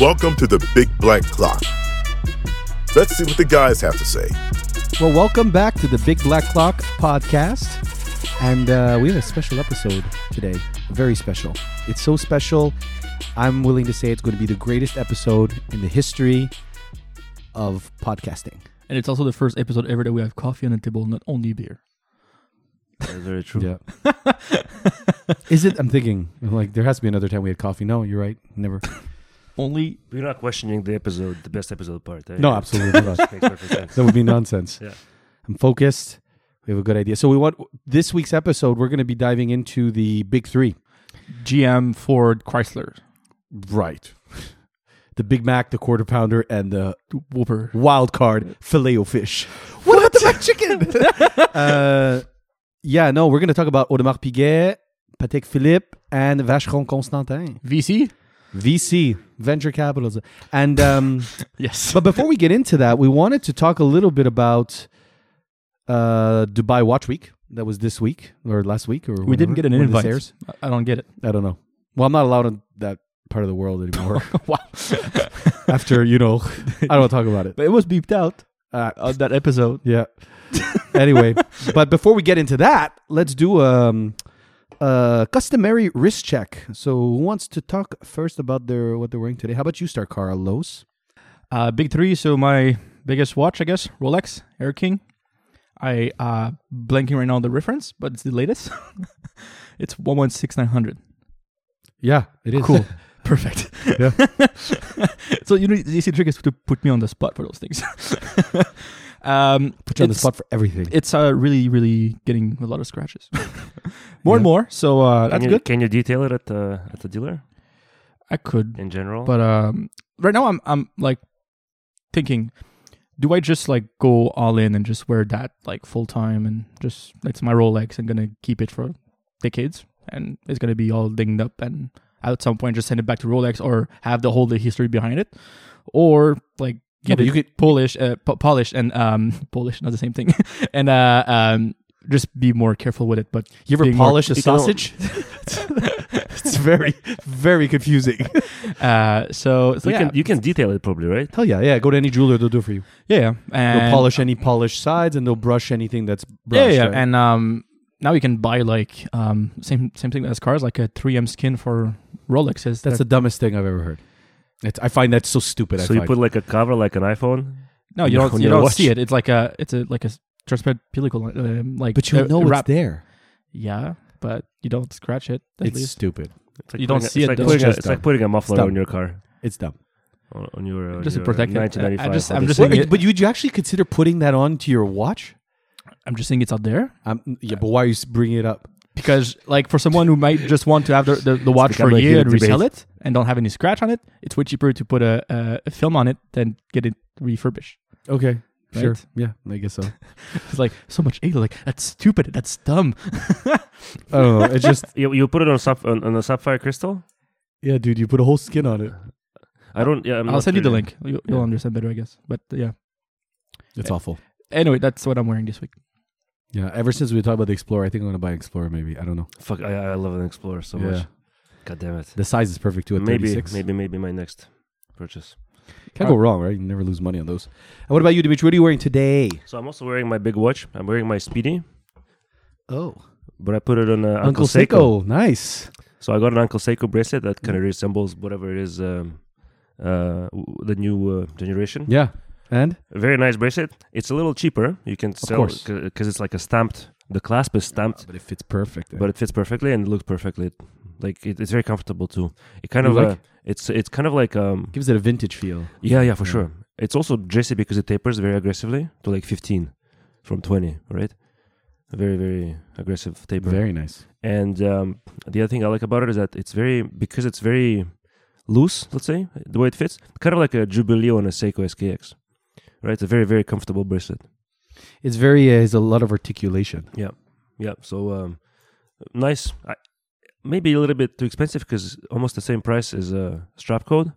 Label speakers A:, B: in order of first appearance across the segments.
A: Welcome to the Big Black Clock. Let's see what the guys have to say.
B: Well, welcome back to the Big Black Clock podcast. And uh, we have a special episode today. Very special. It's so special. I'm willing to say it's going to be the greatest episode in the history of podcasting.
C: And it's also the first episode ever that we have coffee on the table, not only beer.
D: That's very true.
B: Yeah. Is it? I'm thinking, like, there has to be another time we had coffee. No, you're right. Never.
C: Only
D: We're not questioning the episode, the best episode part. eh?
B: No, absolutely not.
D: Makes perfect sense.
B: that would be nonsense.
D: Yeah.
B: I'm focused. We have a good idea. So, we want this week's episode, we're going to be diving into the big three.
C: GM, Ford, Chrysler,
B: Right. The Big Mac, the quarter pounder, and the
C: Whooper.
B: wild card filet o fish. What, about the Mexican? uh, yeah, no, we're going to talk about Audemars Piguet, Patek Philippe, and Vacheron Constantin.
C: VC?
B: VC, venture capitalism. And um,
C: Yes.
B: but before we get into that, we wanted to talk a little bit about uh, Dubai Watch Week. That was this week or last week, or
C: We
B: whenever-
C: didn't get an
B: when this
C: invite.
B: airs.
C: I- I don't get it.
B: I don't know. Well, I'm not allowed in that part of the world anymore.
C: wow.
B: After you know, I don't talk about it.
C: But it was beeped out
B: Uh,
C: on that episode.
B: Yeah. anyway, but before we get into that, let's do um, a customary wrist check. So, who wants to talk first about their what they're wearing today? How about you start, Carlos?
C: Uh, big three. So my biggest watch, I guess, Rolex, Air King. I uh blanking right now on the reference, but it's the latest. it's one one six nine hundred.
B: Yeah, it is
C: Cool. Perfect.
B: Yeah.
C: so you know the easy trick is to put me on the spot for those things. um,
B: Put you on the
C: it's-
B: spot for everything.
C: It's uh, really, really getting a lot of scratches, more
B: Yeah.
C: and more. So uh,
D: Can
C: that's
D: you,
C: good.
D: Can you detail it at the at the dealer
C: I could,
D: in general?
C: but um, right now I'm I'm like thinking, do I just like go all in and just wear that like full time and just it's my Rolex and gonna keep it for decades and it's gonna be all dinged up and at some point just send it back to Rolex or have the whole the history behind it, or like
B: Yeah,
C: get
B: but
C: it
B: you could-
C: Polish, uh, po- polish and um, Polish, not the same thing, and uh, um, just be more careful with it. But
B: you ever
C: being more-
B: polish a
D: you can-
B: sausage? it's very, very confusing.
C: Uh, so, so
D: you
C: yeah,
D: can you can detail it probably, right?
B: Hell yeah, yeah. Go to any jeweler; they'll do it for you.
C: yeah, yeah. and
B: they'll polish any polished sides, and they'll brush anything that's
C: yeah,
B: brushed.
C: yeah,
B: right?
C: and um, now you can buy like um, same same thing as cars, like a 3M skin for Rolexes.
B: that's the
C: that,
B: dumbest thing I've ever heard. It's, I find that so stupid. I
D: so you
B: find.
D: put like a cover, like an iPhone.
C: no, you don't
D: on
C: you
D: your
C: don't
D: watch.
C: see it. It's like a it's a like a transparent pellicle, um, like
B: but you
C: uh,
B: know it's
C: wrap.
B: there.
C: Yeah, but you don't scratch it. At
B: It's
C: least
B: stupid.
D: It's like
C: You don't
D: putting a-
C: see it,
D: it's
C: though.
D: Like putting a,
B: It's just
D: it's like putting a muffler
B: dumb.
D: on your car.
B: It's dumb.
D: On, on your uh,
C: Just to
D: your
C: protect it. I- I
D: 1995
C: just- I'm
D: Odyssey.
C: just
B: Wait,
C: saying it-
B: but would you actually consider putting that onto your watch?
C: I'm just saying it's out there
B: Um, yeah, but why are you s- bringing it up?
C: because like for someone who might just want to have the, the, the watch for
D: become
C: a
D: a
C: year
D: huge
C: and resell it and don't have any scratch on it, it's way cheaper to put a, a, a film on it than get it refurbished.
B: Okay, sure.
C: Right?
B: Yeah, I guess so.
C: It's like so much angle. Like that's stupid. That's dumb.
B: I don't know. It's just
D: You, you put it on, sap, on, on a sapphire crystal.
B: yeah, dude. You put a whole skin on it.
D: I don't. Yeah, I'm
C: i will
D: not
C: send you the
D: really-
C: link. You, will
D: Yeah.
C: understand better, I guess. But uh, yeah.
B: It's awful.
C: Anyway, that's what I'm wearing this week.
B: Yeah. Ever since we talked about the Explorer, I think I'm gonna buy an Explorer. Maybe I don't know.
D: Fuck, I, I love an Explorer so
B: Yeah.
D: much. God damn it.
B: The size is perfect too. At
D: Maybe
B: 36.
D: maybe maybe my next purchase.
B: Can't go wrong, right? You never lose money on those. And what about you, Dimitri? What are you wearing today?
D: So I'm also wearing my big watch. I'm wearing my Speedy,
B: Oh,
D: but I put it on uh,
B: Uncle, Seiko. Mm. Nice.
D: So I got an Uncle Seiko bracelet that kind of resembles whatever it is, um, uh, w- the new uh, generation.
B: Yeah. And
D: A very nice bracelet. It's a little cheaper. You can sell
B: course.
D: because it's like a stamped. The clasp is stamped,
B: Um, Ah, but it fits perfect.
D: but it fits perfectly and it looks perfectly. Like it, it's very comfortable too. It kind
B: You
D: of
B: like?
D: uh, it's it's kind of like um
B: gives it a vintage feel.
D: yeah yeah for
B: Yeah.
D: sure. It's also dressy because it tapers very aggressively to like 15 from 20, right? A very very aggressive taper.
B: Very nice.
D: And um, the other thing I like about it is that it's very because it's very loose. Let's say the way it fits, kind of like a Jubilee on a Seiko SKX, right? It's a very very comfortable bracelet.
B: It's very. Uh, has a lot of articulation.
D: Yeah. So um, nice. I, maybe a little bit too expensive because almost the same price as a strap code,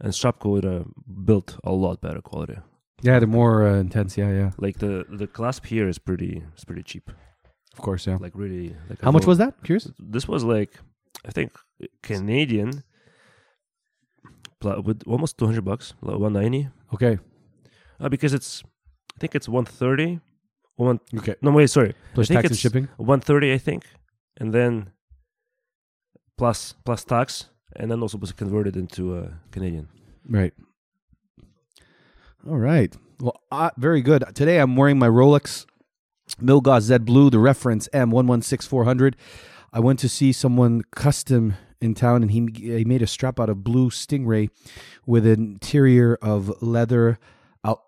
D: and strap code uh, built a lot better quality.
B: Yeah, the more uh, intense. Yeah, yeah.
D: Like the the clasp here is pretty it's pretty cheap.
B: Of course. Yeah.
D: Like really. Like
B: How much was that? Curious.
D: this was like I think Canadian pla- with almost 200 bucks, like 190,
E: Okay.
D: uh, because it's, I think it's 130. One,
E: Okay.
D: no, wait, sorry.
E: Plus
D: I think
E: tax and
D: it's-
E: shipping.
D: 130 i think and then plus plus tax and then also was converted into uh, canadian
E: Right.
B: All right. Well, uh, very good. Today I'm wearing my Rolex Milgauss Z Blue, the reference M116400. I went to see someone custom in town and he, he made a strap out of blue stingray with an interior of leather Al-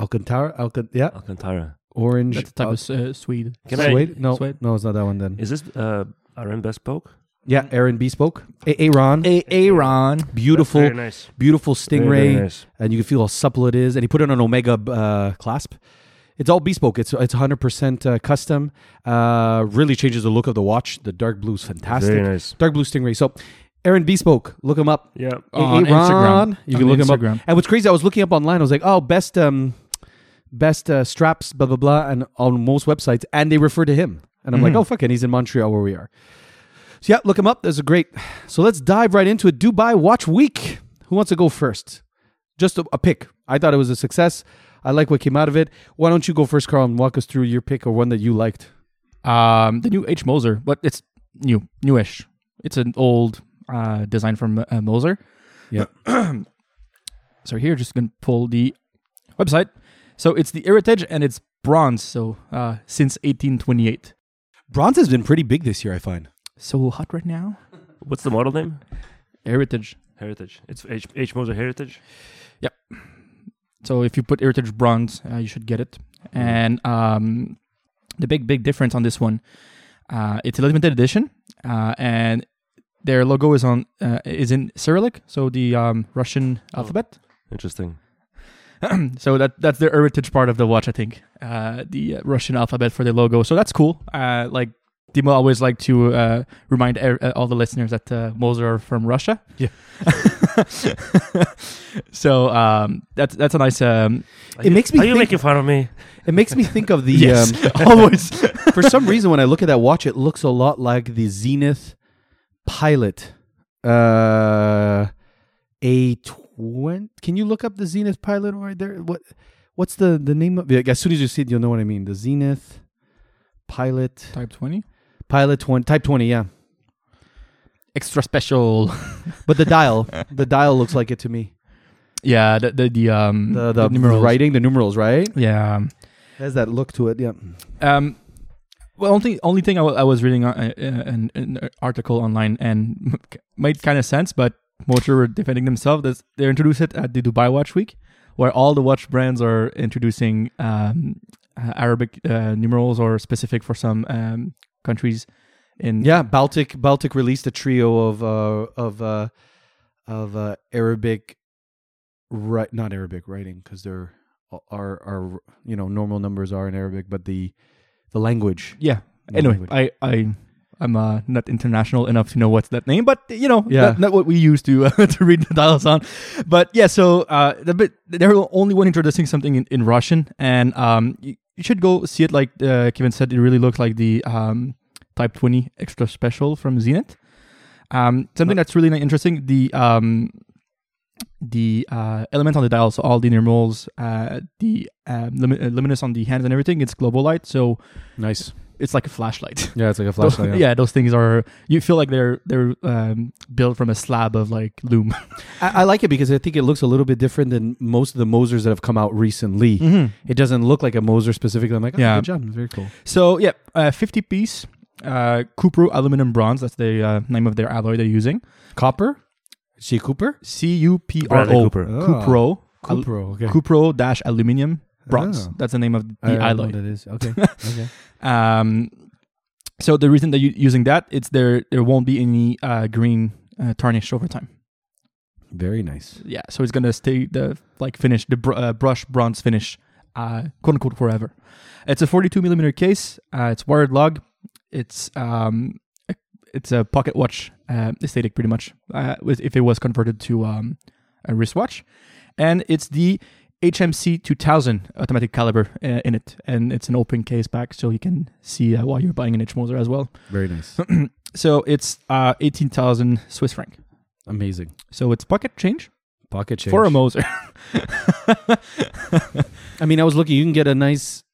B: Alcantara, Alcan- yeah,
D: alcantara
B: orange.
C: That's the type
B: Al-
C: of s- uh, Swede.
D: can
B: suede? No,
C: suede?
B: no, it's not that one then.
D: i is this uh rm best poke
B: yeah, Aaron Bespoke. A- Aaron.
C: Aaron.
B: beautiful,
D: very nice
B: beautiful
D: Very,
B: stingray.
D: very nice.
B: and you can feel how supple it is. And he put it on an Omega uh, clasp. It's all bespoke. It's it's 100% uh, custom. Uh, really changes the look of the watch. The dark blue is fantastic.
D: very nice
B: Dark blue stingray. So, Aaron Bespoke, look him up.
D: yeah
B: Aaron.
C: On Instagram.
B: E-, You can
C: On
B: look him
C: Instagram.
B: up. And what's crazy, I was looking up online. I was like, oh, best um, best uh, straps, blah blah blah, and on most websites, and they refer to him. And I'm like,
C: Mhm.
B: oh fucking, he's in Montreal where we are. So yeah, look him up. There's a great. So let's dive right into it. Dubai Watch Week. Who wants to go first? Just a, a pick. I thought it was a success. I like what came out of it. Why don't you go first, Carl, and walk us through your pick or one that you liked?
C: Um, the new H Moser, but it's new, newish. It's an old uh, design from uh, Moser.
B: Yeah.
C: so here, just gonna pull the website. So it's the Heritage, and it's bronze. So uh, since 1828.
B: Bronze has been pretty big this year, I find.
C: So hot right now.
D: what's the model name
C: Heritage.
D: heritage it's h, h moser heritage
C: So if you put Heritage Bronze, uh, you should get it. And um, the big, big difference on this one, uh, it's a limited edition, uh, and their logo is on uh, is in Cyrillic, so the um, Russian
B: Oh.
C: alphabet.
D: interesting
C: so that that's the heritage part of the watch, I think. Uh, the uh, Russian alphabet for the logo, so that's cool. Uh, like Dima always like to uh, remind er- uh, all the listeners that uh, Moser are from Russia.
B: Yeah.
C: so um, that's that's a nice. Um,
D: Are
B: It
D: you-
B: makes me
D: are you
B: think-
D: making fun of me
B: It makes me think of the um,
C: always.
B: for some reason when I look at that watch, it looks a lot like the Zenith Pilot uh, A twenty. Can you look up the Zenith Pilot right there? What what's the the name of? Like, as soon as you see it, you'll know what I mean. The Zenith Pilot
C: Type twenty.
B: Pilot twenty Type twenty, yeah.
C: Extra special.
B: But the dial, the dial looks like it to me.
C: Yeah, the the, the um
B: The the,
C: numerals.
B: writing, the numerals, right?
C: Yeah.
B: Has that look to it? Yeah.
C: Um. Well, only only thing I wa- I was reading uh, uh, an, an article online and made kind of sense, but Motor were defending themselves. That's- They introduced it at the Dubai Watch Week, where all the watch brands are introducing um, uh, Arabic uh, numerals or specific for some um, countries. In
B: Yeah, Baltic Baltic released a trio of uh, of uh, of uh, Arabic, right? Not Arabic writing because they're are are you know normal numbers are in Arabic, but the the language.
C: yeah.
B: No
C: Anyway,
B: language.
C: I I. I'm uh, not international enough to know what's that name, but you know,
B: Yeah.
C: not, not what we used to to read the dials on. But yeah, so uh, the bit, they're the only one introducing something in, in Russian, and um, you, you should go see it. Like uh, Kevin said, it really looks like the um, Type 20 Extra Special from Zenith. Um, something that's really interesting. The um, the uh, element on the dial, so all the numerals, uh, the um, lumi- uh, luminous on the hands and everything, it's global light, so
B: Nice.
C: it's like a flashlight.
B: Yeah, it's like a
C: Those- yeah. those things are. You feel like they're they're um, built from a slab of like loom.
B: I, I like it because I think it looks a little bit different than most of the Mosers that have come out recently. It doesn't look like a Moser specifically. I'm like, oh,
C: Yeah.
B: good job, very cool.
C: So yeah, uh, fifty piece uh, Cupro aluminum bronze. That's the uh, name of their alloy they're using.
B: Copper, she Cooper,
C: C U P R
D: Bradley
C: O
D: Cooper.
C: Cupro Al-
B: Oh. Cupro, okay.
C: Cupro dash aluminium bronze.
B: Oh.
C: That's the name of the
B: I- I don't know
C: alloy.
B: what it is. Okay, okay.
C: Um, so the reason that you're using that, it's there. There won't be any uh, green uh, tarnish over time.
B: Very nice.
C: Yeah, so it's gonna stay the like finish the br- uh, brush bronze finish, uh, quote unquote forever. It's a 42 millimeter case. Uh, it's wired log. It's um, a- it's a pocket watch uh, aesthetic pretty much. Uh, with- if it was converted to um, a wristwatch, and it's the HMC 2000 automatic caliber uh, in it, and it's an open case back, so you can see uh, why you're buying an H Moser as well.
B: Very nice.
C: So it's uh, 18,000 Swiss franc.
B: Amazing.
C: So it's pocket change.
B: Pocket change.
C: for a Moser.
B: I mean, I was looking. You can get a nice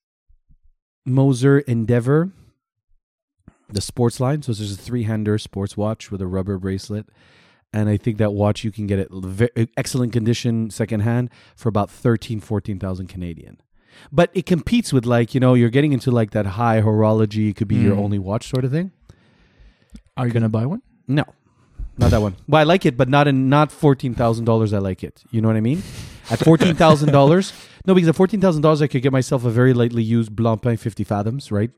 B: Moser Endeavor, the sports line. So there's a three-hander sports watch with a rubber bracelet, and I think that watch you can get it ve- excellent condition secondhand for about 13, 14,000 Canadian. But it competes with like you know you're getting into like that high horology. It could be your
C: Mm.
B: only watch sort of thing.
C: Are you gonna buy one?
B: No, not that one. Well, I like it, but not in not fourteen thousand dollars. I like it. You know what I mean? At fourteen thousand dollars,
C: uh,
B: no, because at fourteen thousand dollars, I could get myself a very lightly used Blancpain fifty fathoms. Right?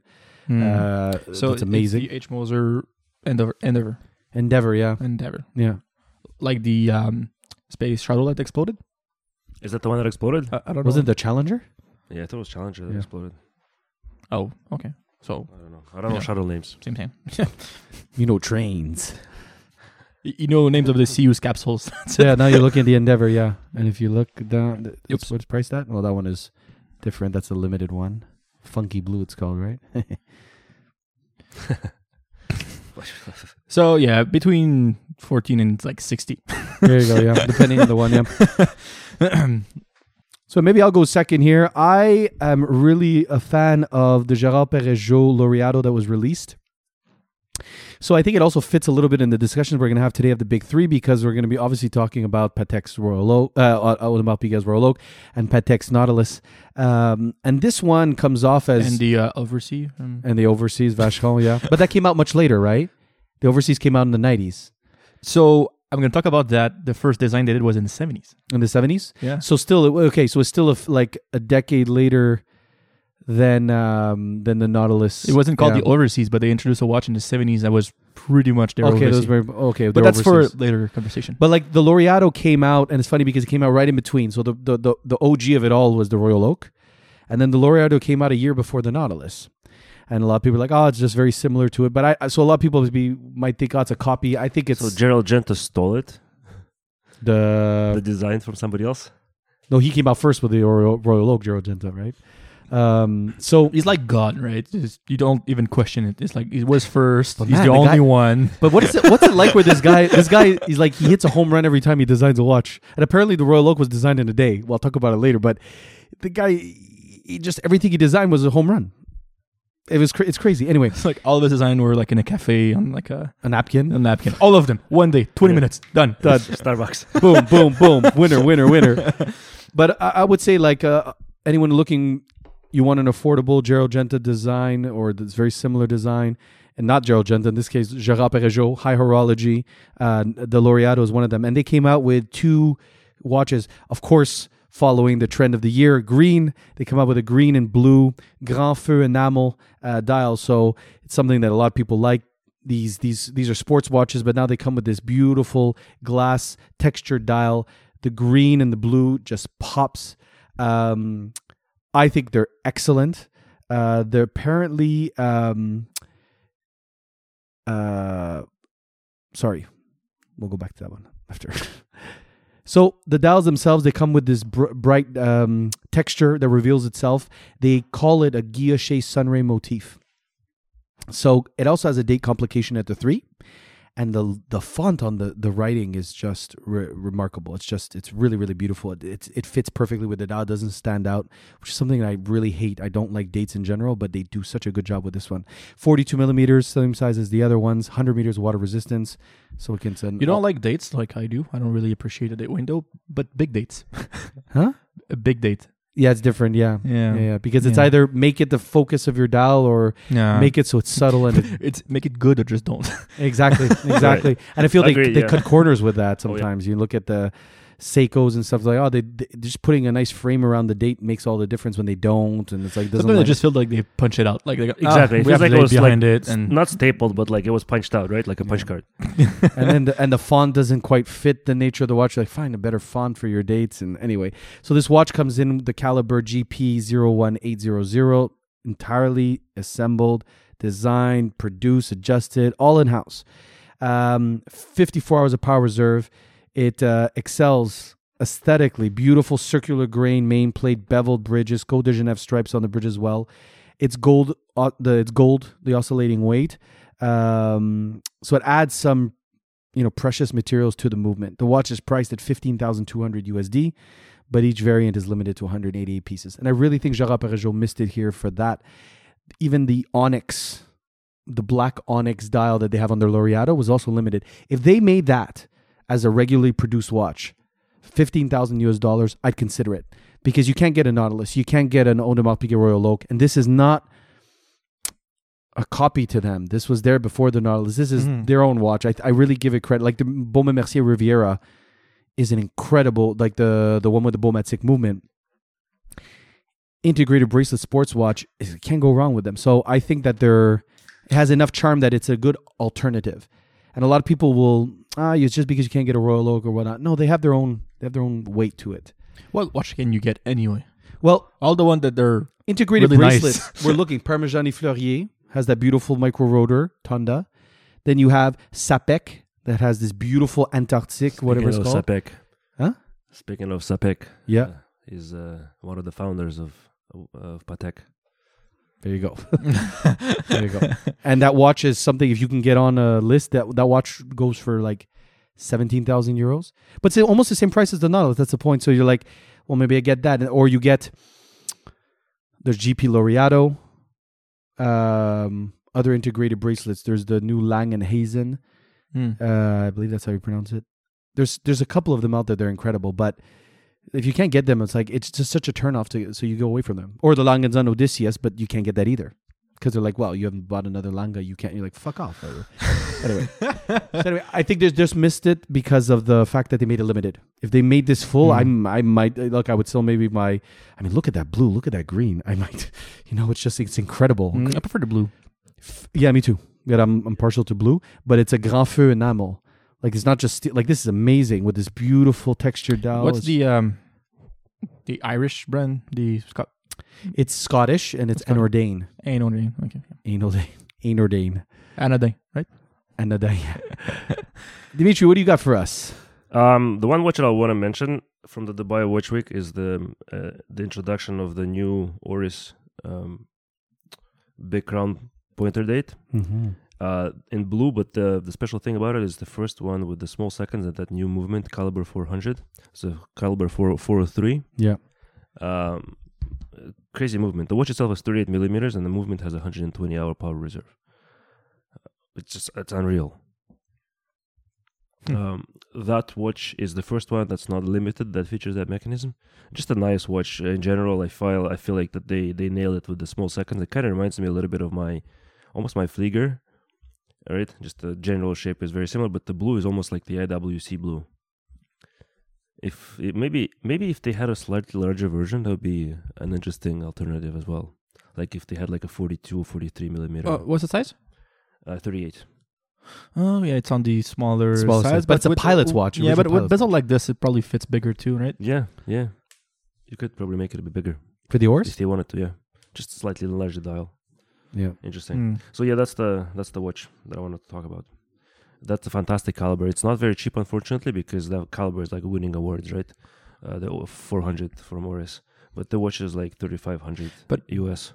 C: Hmm.
B: Uh, so it's amazing.
C: the H Moser Endeavor, Endeavor,
B: Endeavor, yeah,
C: Endeavor,
B: yeah.
C: like the um, space shuttle that exploded.
D: Is that the one that exploded?
C: I, I don't
B: Wasn't
C: know.
B: the Challenger?
D: yeah, I thought it was Challenger that
B: Yeah.
D: exploded.
C: Oh, okay. So
D: I don't know. I don't know
C: Yeah.
D: shuttle names.
C: same thing.
B: You know trains.
C: Y- you know names of the Cus capsules. That's it.
B: yeah. Now you're looking at the Endeavor, yeah. And if you look down, th- that's
C: Oops.
B: what's priced at? Well, that one is different. That's a limited one. Funky blue, it's called, right?
C: So yeah, between fourteen and like sixty.
B: There you go. Yeah, depending on the one. Yeah. so maybe I'll go second here. I am really a fan of the Gerard Perregaux Laureado that was released. So I think it also fits a little bit in the discussions we're going to have today of the big three because we're going to be obviously talking about Patek's Royal Oak, uh, Audemars Piguet's Royal Oak, and Patek's Nautilus. Um, and this one comes off as
C: and the uh, oversea. Um,
B: and the overseas Vacheron, yeah. But that came out much later, right? The overseas came out in the nineties,
C: so I'm gonna talk about that. The first design they did was in the seventies.
B: in the seventies.
C: Yeah.
B: So still, it- okay. So it's still a f like a decade later than um than the Nautilus.
C: It wasn't called
B: Yeah.
C: the overseas, but they introduced a watch in the seventies that was pretty much their
B: okay.
C: overseas.
B: Those were okay.
C: but that's for later conversation.
B: But like the Laureato came out, and it's funny because it came out right in between. So the the the, the OG of it all was the Royal Oak, and then the Laureato came out a year before the Nautilus. And a lot of people are like, oh, it's just very similar to it. But I, I- so a lot of people would be might think, oh, it's a copy. I think it's
D: So Gerald Genta stole it, the
B: the
D: design from somebody else.
B: no. He came out first with the Royal, Royal Oak, Gerald Genta, right? Um, so
C: He's like God, right? It's- you don't even question it. It's like it was first.
B: But
C: He's
B: man,
C: the
B: the
C: only
B: guy-
C: one.
B: But what is it? What's it like where this guy? This guy, he's like he hits a home run every time he designs a watch. And apparently, the Royal Oak was designed in a day. Well, I'll talk about it later. But the guy, he just everything he designed was a home run. It was cra- it's crazy. Anyway,
C: It's like all of his design were like in a cafe on like a,
B: a napkin.
C: a napkin. All of them. One day, twenty
D: Yeah.
C: minutes, done.
B: Done.
D: Starbucks.
B: boom, boom, boom. Winner, winner, winner. But I, I would say, like, uh, anyone looking, you want an affordable Gerald Genta design or that's very similar design, and not Gerald Genta, in this case, Gerard Perregaux, High Horology, uh, the Laureato is one of them. And they came out with two watches, of course, following the trend of the year. Green, they come out with a green and blue Grand Feu enamel uh, dial. So it's something that a lot of people like these these these are sports watches, but now they come with this beautiful glass textured dial. The green and the blue just pops. Um, I think they're excellent. Uh, they're apparently um, uh, sorry, we'll go back to that one after. so the dials themselves, they come with this br- bright um, texture that reveals itself. They call it a guilloche sunray motif. So it also has a date complication at the three, and the the font on the the writing is just re- remarkable. It's just it's really really beautiful. It it's, it fits perfectly with the dial. Doesn't stand out, which is something I really hate. I don't like dates in general, but they do such a good job with this one. Forty two millimeters, same size as the other ones. Hundred meters water resistance, so it can send.
C: You don't like dates like I do. I don't really appreciate a date window, but big dates.
B: Huh?
C: A big date.
B: Yeah, it's different. Yeah.
C: Yeah.
B: Yeah, yeah, because it's
C: Yeah. Uh-huh.
B: either make it the focus of your dial or
C: Yeah.
B: make it so it's subtle and it,
C: it's make it good or just don't.
B: exactly, exactly. And I feel they,
D: Agree,
B: they
D: yeah.
B: cut corners with that
D: Oh, yeah.
B: sometimes. You look at the Seikos and stuff like oh they, they just putting a nice frame around the date makes all the difference when they don't and it's like doesn't
C: Sometimes I
B: line-
C: just feel like they punch it out. Like they go, ah,
D: Exactly. It
C: we
D: feels
C: have
D: like
C: like
D: it
C: date
D: was, like,
C: behind it,
D: It's
C: and
D: not stapled, but like it was punched out, right? Like a punch card.
B: and then the, and the font doesn't quite fit the nature of the watch. You're like, find a better font for your dates. And anyway, so this watch comes in with the caliber GP01800, entirely assembled, designed, produced, adjusted, all in house. Um, 54 hours of power reserve. It uh, excels aesthetically. Beautiful circular grain main plate, beveled bridges, Côte de Genève stripes on the bridge as well. It's gold. Uh, the it's gold. The oscillating weight. Um, so it adds some you know precious materials to the movement. The watch is priced at 15,200 USD, but each variant is limited to 188 pieces. And I really think Gerard Perregaux missed it here for that. Even the Onyx, the black Onyx dial that they have on their Laureato was also limited. If they made that as a regularly produced watch, 15,000 US dollars, I'd consider it because you can't get a Nautilus, you can't get an Audemars Piguet Royal Oak, and this is not a copy to them. This was there before the Nautilus. This is
C: Mhm.
B: their own watch. I, I really give it credit. Like the Baume Mercier Riviera is an incredible, like the the one with the Baume at Sick movement. Integrated bracelet sports watch is- can't go wrong with them. So I think that they're it has enough charm that it's a good alternative. And a lot of people will ah, it's just because you can't get a Royal Oak or whatnot. No, they have their own they have their own weight to it.
C: What watch can you get anyway?
B: Well,
C: All the one that they're
B: integrated
C: Really nice.
B: bracelet. We're looking Parmigiani Fleurier has that beautiful micro rotor Tonda. Then you have Sapec that has this beautiful Antarctic whatever it's
D: Speaking
B: called.
D: of Sapec.
B: Huh?
D: Speaking of Sapec,
B: Yeah,
D: uh, he's uh, one of the founders of of Patek.
B: there you go. there you go. And that watch is something if you can get on a list that that watch goes for like seventeen thousand euros, but it's almost the same price as the Nautilus. That's the point. So you're like, well, maybe I get that, or you get there's GP Laureato, um, other integrated bracelets. There's the new Lang and Hazen.
C: Hmm.
B: Uh, I believe that's how you pronounce it. There's there's a couple of them out there. They're incredible, but if you can't get them, it's like it's just such a turnoff to so you go away from them. Or the Langanzan Odysseus, but you can't get that either because they're like, well, you haven't bought another Langa, you can't. You're like, fuck off. anyway, so anyway, I think they just missed it because of the fact that they made it limited. If they made this full, I'm I might look. I would sell maybe my. I mean, look at that blue. Look at that green. I might. You know, it's just it's incredible.
C: Mm, I prefer the blue.
B: F- Yeah, me too. Yeah, I'm, I'm partial to blue, but it's a grand feu enamel. Like it's not just steel. like this is amazing with this beautiful textured dial.
C: What's
B: Oh, It's-
C: the um the Irish brand? The Scott
B: It's Scottish and it's
C: Scottish.
B: Anordain.
C: Ain't only okay.
B: Anordain. Anordain.
C: Anodine, right?
B: Anordain. Dimitri, what do you got for us?
D: Um, the one watch that I want to mention from the Dubai Watch Week is the uh, the introduction of the new Oris um, big crown pointer date
B: Mm-hmm.
D: uh, in blue. But the the special thing about it is the first one with the small seconds at that new movement caliber 400. So caliber 4 403.
B: Yeah.
D: Um, uh, crazy movement. The watch itself is 38 millimeters, and the movement has 120 hour power reserve. It's just it's unreal.
C: Hmm.
D: Um, that watch is the first one that's not limited that features that mechanism. Just a nice watch in general. I feel I feel like that they they nail it with the small seconds. It kind of reminds me a little bit of my almost my Flieger. All right, just the general shape is very similar, but the blue is almost like the IWC blue. If it, maybe maybe if they had a slightly larger version, that would be an interesting alternative as well. Like if they had like a 42 or 43 millimeter,
C: Uh, what's the size?
D: uh, 38.
C: Oh yeah, it's on the smaller,
B: Smaller size,
C: size,
B: but it's a
C: with-
B: pilot's watch,
C: Yeah,
B: original
C: but with
B: pilot's
C: bezel like this, it probably fits bigger too, right?
D: Yeah, yeah. You could probably make it a bit bigger
B: For the
D: if
B: oars?
D: they wanted to. Yeah, just slightly larger dial.
B: Yeah.
D: Interesting.
C: Mm.
D: So yeah, that's the that's the watch that I wanted to talk about. That's a fantastic caliber. It's not very cheap, unfortunately, because that caliber is like winning awards, right? Uh, the 400 from Oris, but the watch is like 3500
C: But-
D: US.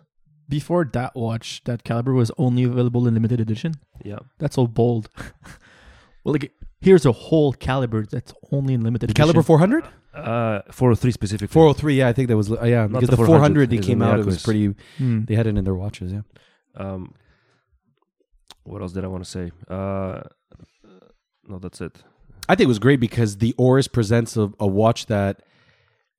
C: Before that watch, that caliber was only available in limited edition.
D: Yeah,
C: That's so bold. well, like here's a whole caliber that's only in limited edition.
B: Caliber 400?
D: uh, 403 specifically.
B: 403, yeah, I think that was, uh, yeah,
D: Not
B: because
D: the
B: the 400,
D: 400
B: they
D: is
B: came
D: in the
B: out, it was
D: Aquas.
B: pretty,
C: Mm.
B: they had it in their watches, yeah.
D: Um, what else did I want to say? Uh, no, that's it.
B: I think it was great because the Oris presents a, a watch that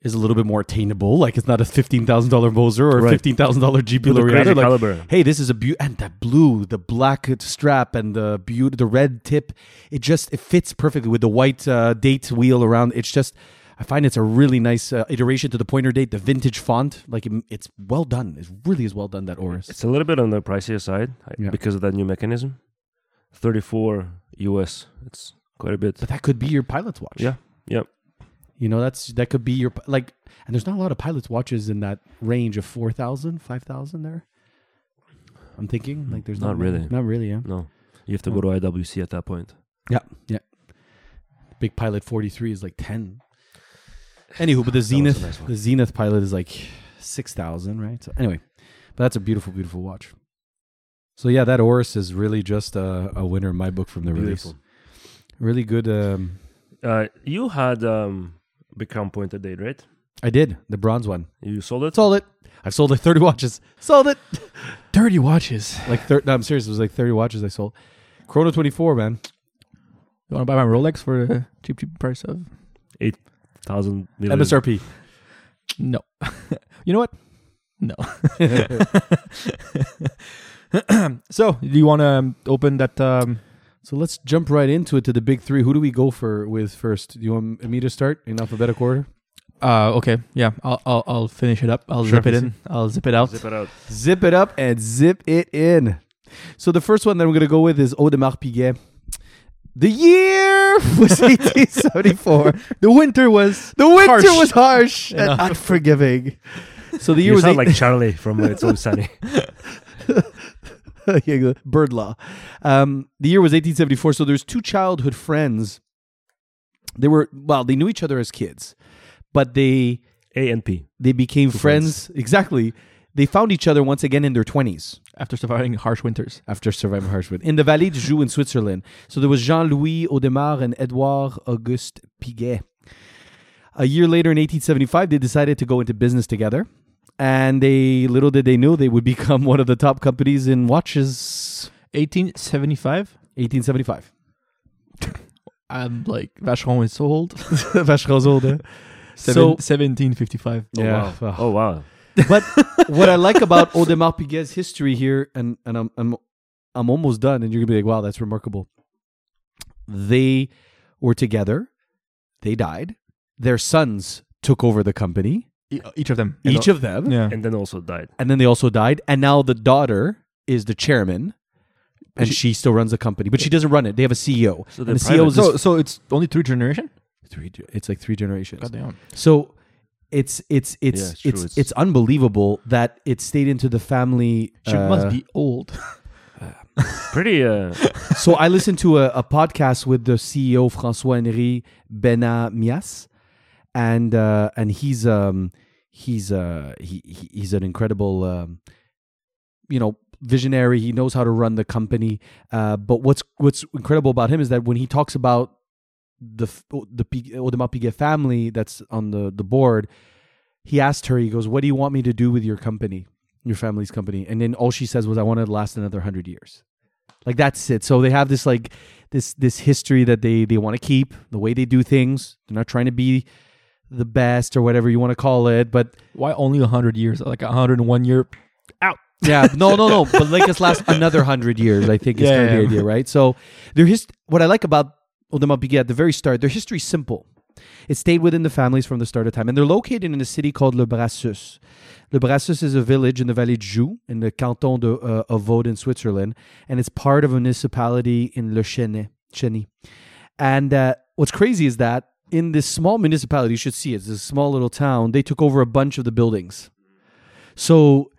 B: is a little bit more attainable. Like it's not a $15,000 Moser or a
D: Right.
B: $15,000 GP
D: With a crazy
B: Laureato. Like,
D: caliber.
B: hey, this is a beauty. And that blue, the black strap and the beauty, the red tip, it just, it fits perfectly with the white uh, date wheel around. It's just, I find it's a really nice uh, iteration to the pointer date, the vintage font. Like it, it's well done. It really is well done, that Oris.
D: It's a little bit on the pricier side I-
B: Yeah.
D: because of that new mechanism. 34 US. It's quite a bit.
B: But that could be your pilot's watch.
D: Yeah, yeah.
B: You know, that's that could be your like and there's not a lot of pilot's watches in that range of 4,000, 5,000 there. I'm thinking like there's
D: Not
B: many.
D: really.
B: Not really, yeah.
D: No, you have to
B: Oh.
D: go to IWC at that point.
B: Yeah. Yeah. Big Pilot 43 is like 10. Anywho, but the
D: That was a
B: Zenith
D: nice one.
B: the Zenith Pilot is like 6,000, right? So anyway, but that's a beautiful beautiful watch. So yeah, that Oris is really just a, a winner in my book from the release.
D: Beautiful.
B: Really good. Um,
D: Uh, you had um, Bikram Pointer Date, right?
B: I did the bronze one.
D: You sold it.
B: Sold it. I've sold like thirty watches. Sold it.
C: Dirty watches.
B: Like thir- no, I'm serious. It was like thirty watches I sold. Chrono 24, man.
C: You want to buy my Rolex for a cheap, cheap price of?
D: Eight thousand million.
B: MSRP.
C: No. you know what? No. so, do you want to open that? Um,
B: So let's jump right into it to the big three. Who do we go for with first? Do you want me to start in alphabetical order?
C: uh, okay. Yeah. I'll, I'll I'll finish it up. I'll
B: Sure.
C: zip it in. I'll zip it out.
D: Zip it out.
B: Zip it up and zip it in. So the first one that I'm going to go with is Audemars Piguet. The year was 1874.
C: The winter was.
B: The winter
C: Harsh.
B: was harsh and
C: Enough.
B: unforgiving. So the year
D: You
B: was
D: sound
B: eight-
D: like Charlie from uh, It's Always Sunny.
B: Yeah, go- bird law. Um, the year was 1874. So there's two childhood friends. They were well, they knew each other as kids, but they
D: A and P.
B: they became
D: Two
B: friends.
D: friends.
B: Exactly. They found each other once again in their 20s
C: After surviving harsh winters.
B: after surviving Harshwood in the Vallée du Joux in Switzerland. So there was Jean-Louis Audemars and Edouard Auguste Piguet. A year later in 1875, they decided to go into business together. And they little did they know they would become one of the top companies in watches.
C: 1875.
B: 1875.
C: I'm like Vacheron is so old.
B: Vacherons old, eh?
C: Seven,
B: So-
C: 1755.
B: Oh, Yeah. wow.
D: Wow. Oh wow.
B: But what I like about Audemars Piguet's history here, and, and I'm, I'm, I'm almost done, and you're going to be like, wow, that's remarkable. They were together, they died, their sons took over the company,
C: E- each of them.
B: each of them,
C: Yeah.
D: And then also died.
B: and then they also died. And now the daughter is the chairman. And she,
C: She-
B: still runs the company, but she doesn't run it. They have a CEO.
D: So
B: and
D: they're
B: the CEO is
D: private.
C: so, so it's only three generation.
B: three, it's like three generations.
C: Goddamn.
B: So it's it's it's
D: Yeah,
B: it's,
D: it's true.
B: it's
D: It's-
B: unbelievable that it stayed into the family.
C: She
B: uh,
C: must be old.
D: Pretty. Uh,
B: so I listened to a, a podcast with the CEO François Henri Benamias, and uh, and he's um he's uh he he- he's an incredible um, you know visionary. He knows how to run the company. Uh, but what's what's incredible about him is that when he talks about the f- the P- Audemars Piguet family that's on the the board, he asked her. He goes, "What do you want me to do with your company?" Your family's company, and then all she says was, "I want to last another hundred years." Like that's it. So they have this like this this history that they they want to keep the way they do things. They're not trying to be the best or whatever you want to call it, but
C: Why only 100 years? Like 101 year.
B: yeah, no, no, no. But like us last another hundred years, I think is
C: Yeah,
B: kind of
C: yeah.
B: the idea, right? So their hist- what I like about Audemars Piguet at the very start, their history's simple. It stayed within the families from the start of time. And they're located in a city called Le Brassus. Le Brassus is a village in the Vallée du Joux, in the canton de, uh, of Vaud in Switzerland. And it's part of a municipality in Le Chenet. Cheny. And uh, what's crazy is that in this small municipality, you should see it, it's a small little town, they took over a bunch of the buildings. So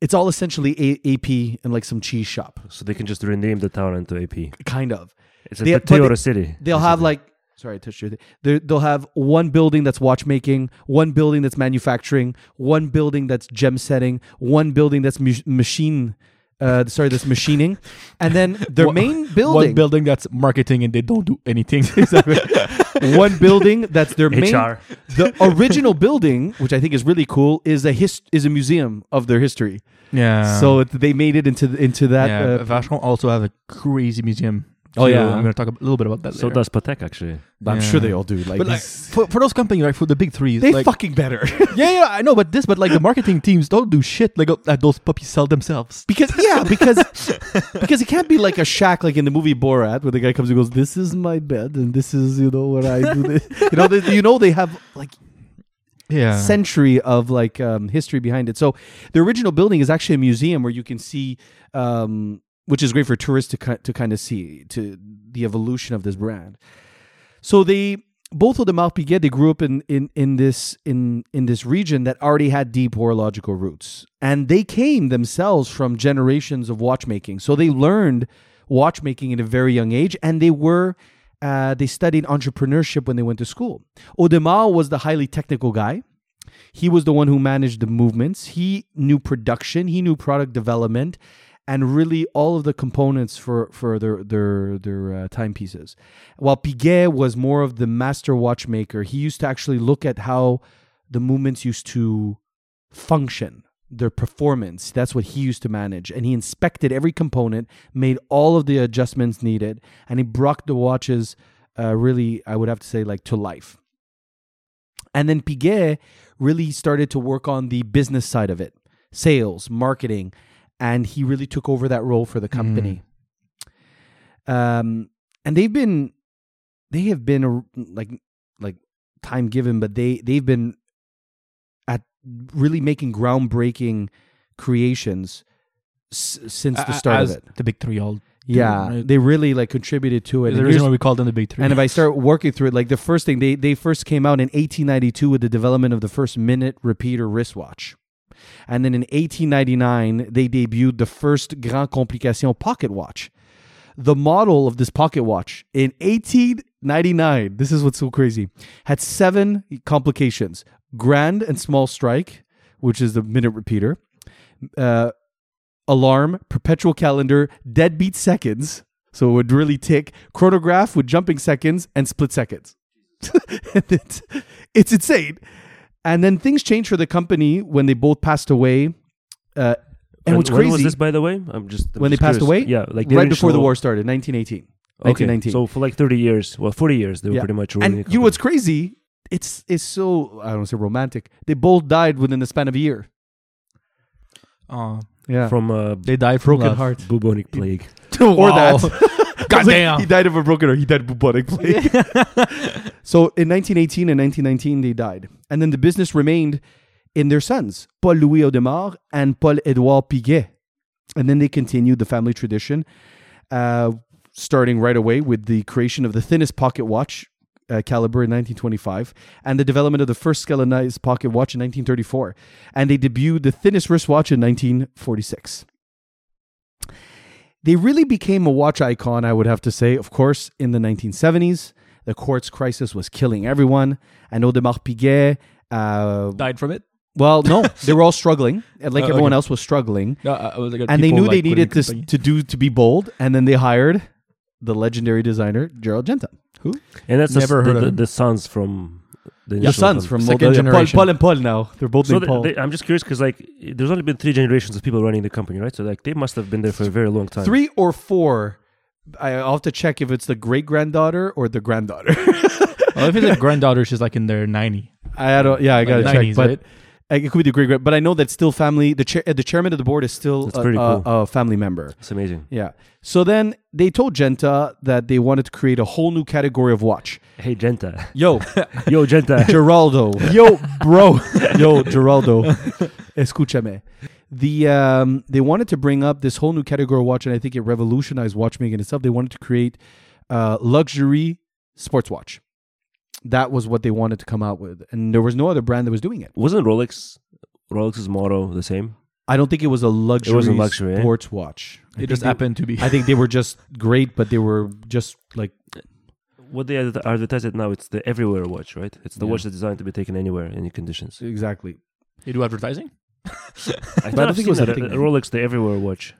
B: it's all essentially a- AP and like some cheese shop,
D: so they can just rename the town into AP.
B: kind of.
D: It's a
B: They- but
D: potato
B: they-
D: city.
B: They'll have like, sorry, I touched your thing. They- They'll have one building that's watchmaking, one building that's manufacturing, one building that's gem setting, one building that's mu- machine. Uh, sorry, that's machining, and then their
C: One-
B: main building,
C: One building that's marketing and they don't do anything.
B: one building that's their main
D: HR.
B: the original building, which I think is really cool, is a his, is a museum of their history.
C: Yeah.
B: so it, they made it into th- into that.
C: Uh-huh. yeah,
B: uh,
C: Vacheron also have a crazy museum.
B: Oh,
C: too.
B: yeah.
C: I'm gonna talk a little bit about that.
D: So
C: later.
D: does Patek actually.
B: but I'm
C: yeah.
B: sure they all do. Like,
C: But like
B: this-
C: for, for those companies, like for the big three,
B: they
C: like,
B: fucking better
C: yeah, yeah, I know, but this, but like the marketing teams don't do shit. Like uh, that those puppies sell themselves.
B: because yeah because because it can't be like a shack like in the movie Borat where the guy comes and goes, "This is my bed and this is you know what I do." This. you know they, you know they have like
C: Yeah,
B: century of like um, history behind it. So the original building is actually a museum where you can see, um, which is great for tourists to ki- to kind of see to the evolution of this brand. So they both of the Malpiguet they grew up in in in this in in this region that already had deep horological roots, and they came themselves from generations of watchmaking. So they learned watchmaking at a very young age, and they were. Uh, they studied entrepreneurship when they went to school. Audemars was the highly technical guy. He was the one who managed the movements. He knew production. He knew product development. and really all of the components for for their their their uh, timepieces. While Piguet was more of the master watchmaker, he used to actually look at how the movements used to function, their performance. That's what he used to manage, and he inspected every component, made all of the adjustments needed, and he brought the watches uh, really, I would have to say, like to life. And then Piguet really started to work on the business side of it sales, marketing, and he really took over that role for the company. Um, and they've been, they have been a, like, like time given, but they they've been at really making groundbreaking creations s- since the
C: A-
B: start
C: as
B: of it.
C: The big three all.
B: Yeah,
C: right.
B: they really like contributed to it.
C: The
B: And
C: reason
B: here's-
C: why we call them the big three.
B: and if I start working through it, like the first thing they they first came out in 1892 with the development of the first minute repeater wristwatch. And then in 1899, they debuted the first Grand Complication pocket watch. The model of this pocket watch in 1899, this is what's so crazy, had seven complications grand and small strike, which is the minute repeater, uh, alarm, perpetual calendar, deadbeat seconds. So it would really tick, chronograph with jumping seconds and split seconds. And it's, it's insane. And then things changed for the company when they both passed away. Uh, and what's
D: when
B: crazy
D: was this, by the way? I'm just I'm
B: when they
D: just
B: passed away,
D: curious. Yeah, like they
B: right
D: didn't
B: before the
D: show-
B: war started, 1918,
D: Okay,
B: 1919.
D: So for like 30 years, well, 40 years, they were
B: Yeah.
D: pretty much ruling.
B: and you
D: the
B: know what's
D: company.
B: crazy? It's it's so I don't want to say romantic. They both died within the span of a year.
C: Uh,
B: Yeah,
D: from uh,
C: they died from
B: broken
C: love.
B: heart
D: bubonic plague.
B: or
C: Wow.
B: that.
C: Goddamn.
B: he died of a broken heart. He died bubonic plague. So in 1918 and 1919, they died. And then the business remained in their sons, Paul Louis Audemars and Paul Edouard Piguet. And then they continued the family tradition, uh, starting right away with the creation of the thinnest pocket watch. Uh, caliber in 1925 and the development of the first skeletonized pocket watch in 1934 and they debuted the thinnest wristwatch in 1946 they really became a watch icon, I would have to say. Of course, in the 1970s, the quartz crisis was killing everyone, and Audemars Piguet. Uh,
C: died from it.
B: well, no, they were all struggling, and like
C: Oh,
B: everyone
C: okay.
B: else was struggling,
C: No, I- I was like, uh,
B: and they
C: people,
B: knew
C: like,
B: they
C: within
B: needed to,
C: company.
B: to do to be bold, and then they hired the legendary designer Gerald Genta, who
D: And that's
C: Never
D: the,
C: heard
D: the,
C: of
D: the,
C: him.
D: the sons from
B: the
D: the initial
B: sons
D: company.
B: from
C: Second
B: Audemars-
C: generation.
B: Paul, Paul and Paul. Now they're both
D: So
B: named
D: the,
B: Paul.
D: they, I'm just curious because like there's only been three generations of people running the company, right? So like they must have been there for a very long time.
B: Three or four. I- I'll have to check if it's the great granddaughter or the granddaughter.
C: well, if it's a granddaughter, she's like in their 90.
B: I don't. Yeah, I gotta check,
C: 90s,
B: but
C: right?
B: Like, it could be the great, but I know that still family. The chair, the chairman of the board is still
D: That's
B: a,
D: pretty
B: a-
D: cool.
B: a family member.
D: It's amazing.
B: Yeah. So then they told Genta that they wanted to create a whole new category of watch.
D: Hey Genta,
B: Yo,
D: yo Genta.
B: Geraldo. Yo, bro. Yo, Geraldo. Escúchame. The um, they wanted to bring up this whole new category of watch, and I think it revolutionized watchmaking itself. They wanted to create uh, luxury sports watch. That was what they wanted to come out with, and there was no other brand that was doing it.
D: Wasn't Rolex Rolex's motto the same?
B: I don't think it was a luxury,
D: luxury, eh?
B: sports watch. I
C: It
B: think
C: just
B: they-
C: happened to be.
B: I think they were just great, but they were just like
D: What they ad- advertise it now, it's the everywhere watch, right? It's the
B: Yeah.
D: watch that's designed to be taken anywhere, any conditions.
B: exactly.
C: They do advertising?
D: I,
B: don't think it was a thing.
D: a Rolex, the everywhere watch.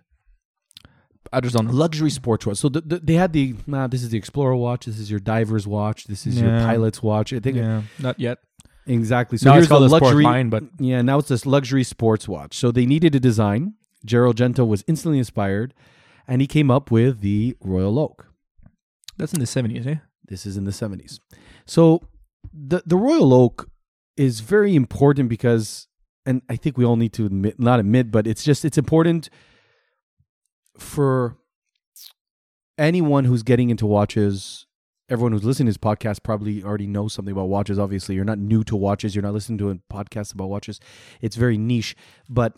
C: I just don't know.
B: Luxury sports watch. So the, the, they had the nah, this is the Explorer watch, this is your diver's watch, this is your
C: Yeah.
B: pilot's watch. I think
C: Yeah, not yet.
B: exactly. So
C: So now
B: here's
C: it's called
B: the
C: a
B: luxury.
C: sport line, but
B: Yeah, now it's this luxury sports watch. So they needed a design. Gerald Gento was instantly inspired, and he came up with the Royal Oak.
C: that's in the 70s, eh?
B: This is in the 70s. So the the Royal Oak is very important because and I think we all need to admit not admit but it's just it's important for anyone who's getting into watches everyone who's listening to this podcast probably already knows something about watches obviously you're not new to watches you're not listening to a podcast about watches it's very niche but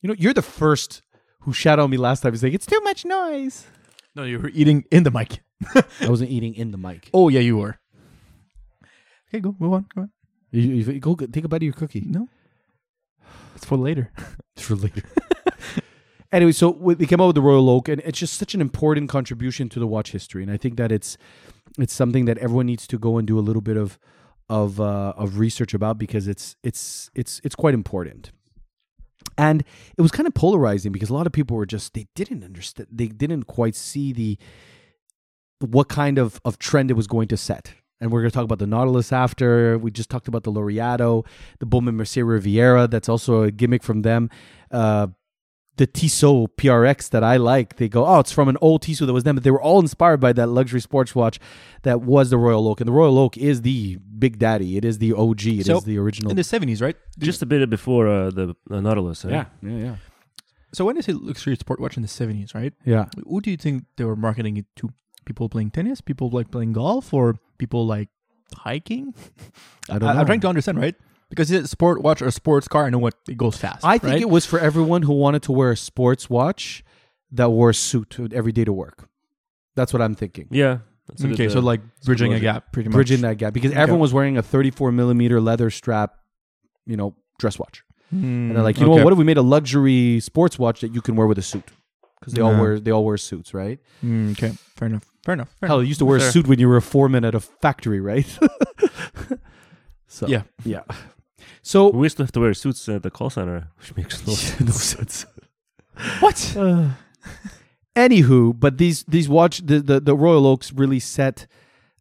B: you know you're the first who shouted on me last time he's like it's too much noise
C: No, you were eating in the mic.
B: i wasn't eating in the mic
C: Oh, yeah, you were. Okay, go. Move on. Go on.
B: You, you- you go get- take a bite of your cookie.
C: No. It's for later.
B: It's for later. anyway, so we- they came out with the Royal Oak, and it's just such an important contribution to the watch history. And I think that it's it's something that everyone needs to go and do a little bit of of uh, of research about because it's it's it's it's quite important. and it was kind of polarizing because a lot of people were just they didn't understand they didn't quite see the what kind of of trend it was going to set and we're going to talk about the Nautilus after. We just talked about the Laureato, the Bowman Mercier Riviera. That's also a gimmick from them. Uh, the Tissot PRX that I like, they go, oh, it's from an old Tissot that was them, but they were all inspired by that luxury sports watch that was the Royal Oak. And the Royal Oak is the big daddy. It is the OG. It is
C: So,
B: the original.
C: in the seventies, right?
D: Just a bit before uh, the uh, Nautilus. eh?
B: yeah, yeah, yeah.
C: So when they say luxury sport watch in the seventies, right?
B: Yeah.
C: Who do you think they were marketing it to? People playing tennis, people like playing golf, or people like hiking?
B: I don't
C: I,
B: know.
C: am trying to understand, right? Because it's a sport watch or sports car, I know what it goes fast.
B: I think
C: right?
B: it was for everyone who wanted to wear a sports watch that wore a suit to- every day to work. That's what I'm thinking.
D: Yeah. That's a good,
C: okay. so
D: uh,
C: like bridging a
D: logic.
C: gap, pretty much.
B: Bridging that gap because everyone was wearing a 34 millimeter leather strap, you know, dress watch.
C: Hmm,
B: And
C: Mm,
B: they're like, you know what? What if we made a luxury sports watch that you can wear with a suit? Because they all
C: Yeah.
B: wear they all wear suits, right?
C: Mm, okay, fair enough. Fair enough. Fair
B: Hell,
C: enough.
B: you used to wear
C: Fair.
B: a suit when you were a foreman at a factory, right? so
C: Yeah.
B: yeah. So
D: We used to have to wear suits at the call center, which makes no sense.
B: no sense.
C: What?
B: Anywho, but these these watch the the, the Royal Oaks really set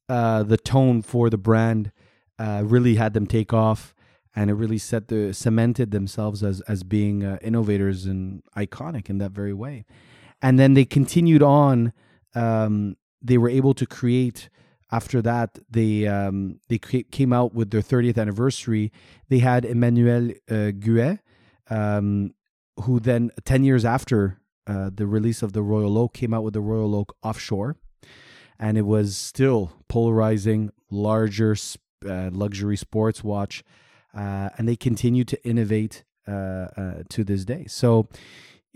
B: uh, the tone for the brand. Uh, really had them take off, and it really set the cemented themselves as as being uh, innovators and iconic in that very way. And then they continued on. Um, they were able to create. After that, they um, they ca- came out with their 30th anniversary. They had Emmanuel uh, Guet, um, who then 10 years after uh, the release of the Royal Oak came out with the Royal Oak Offshore, and it was still polarizing, larger sp- uh, luxury sports watch, uh, and they continue to innovate uh, uh, to this day. So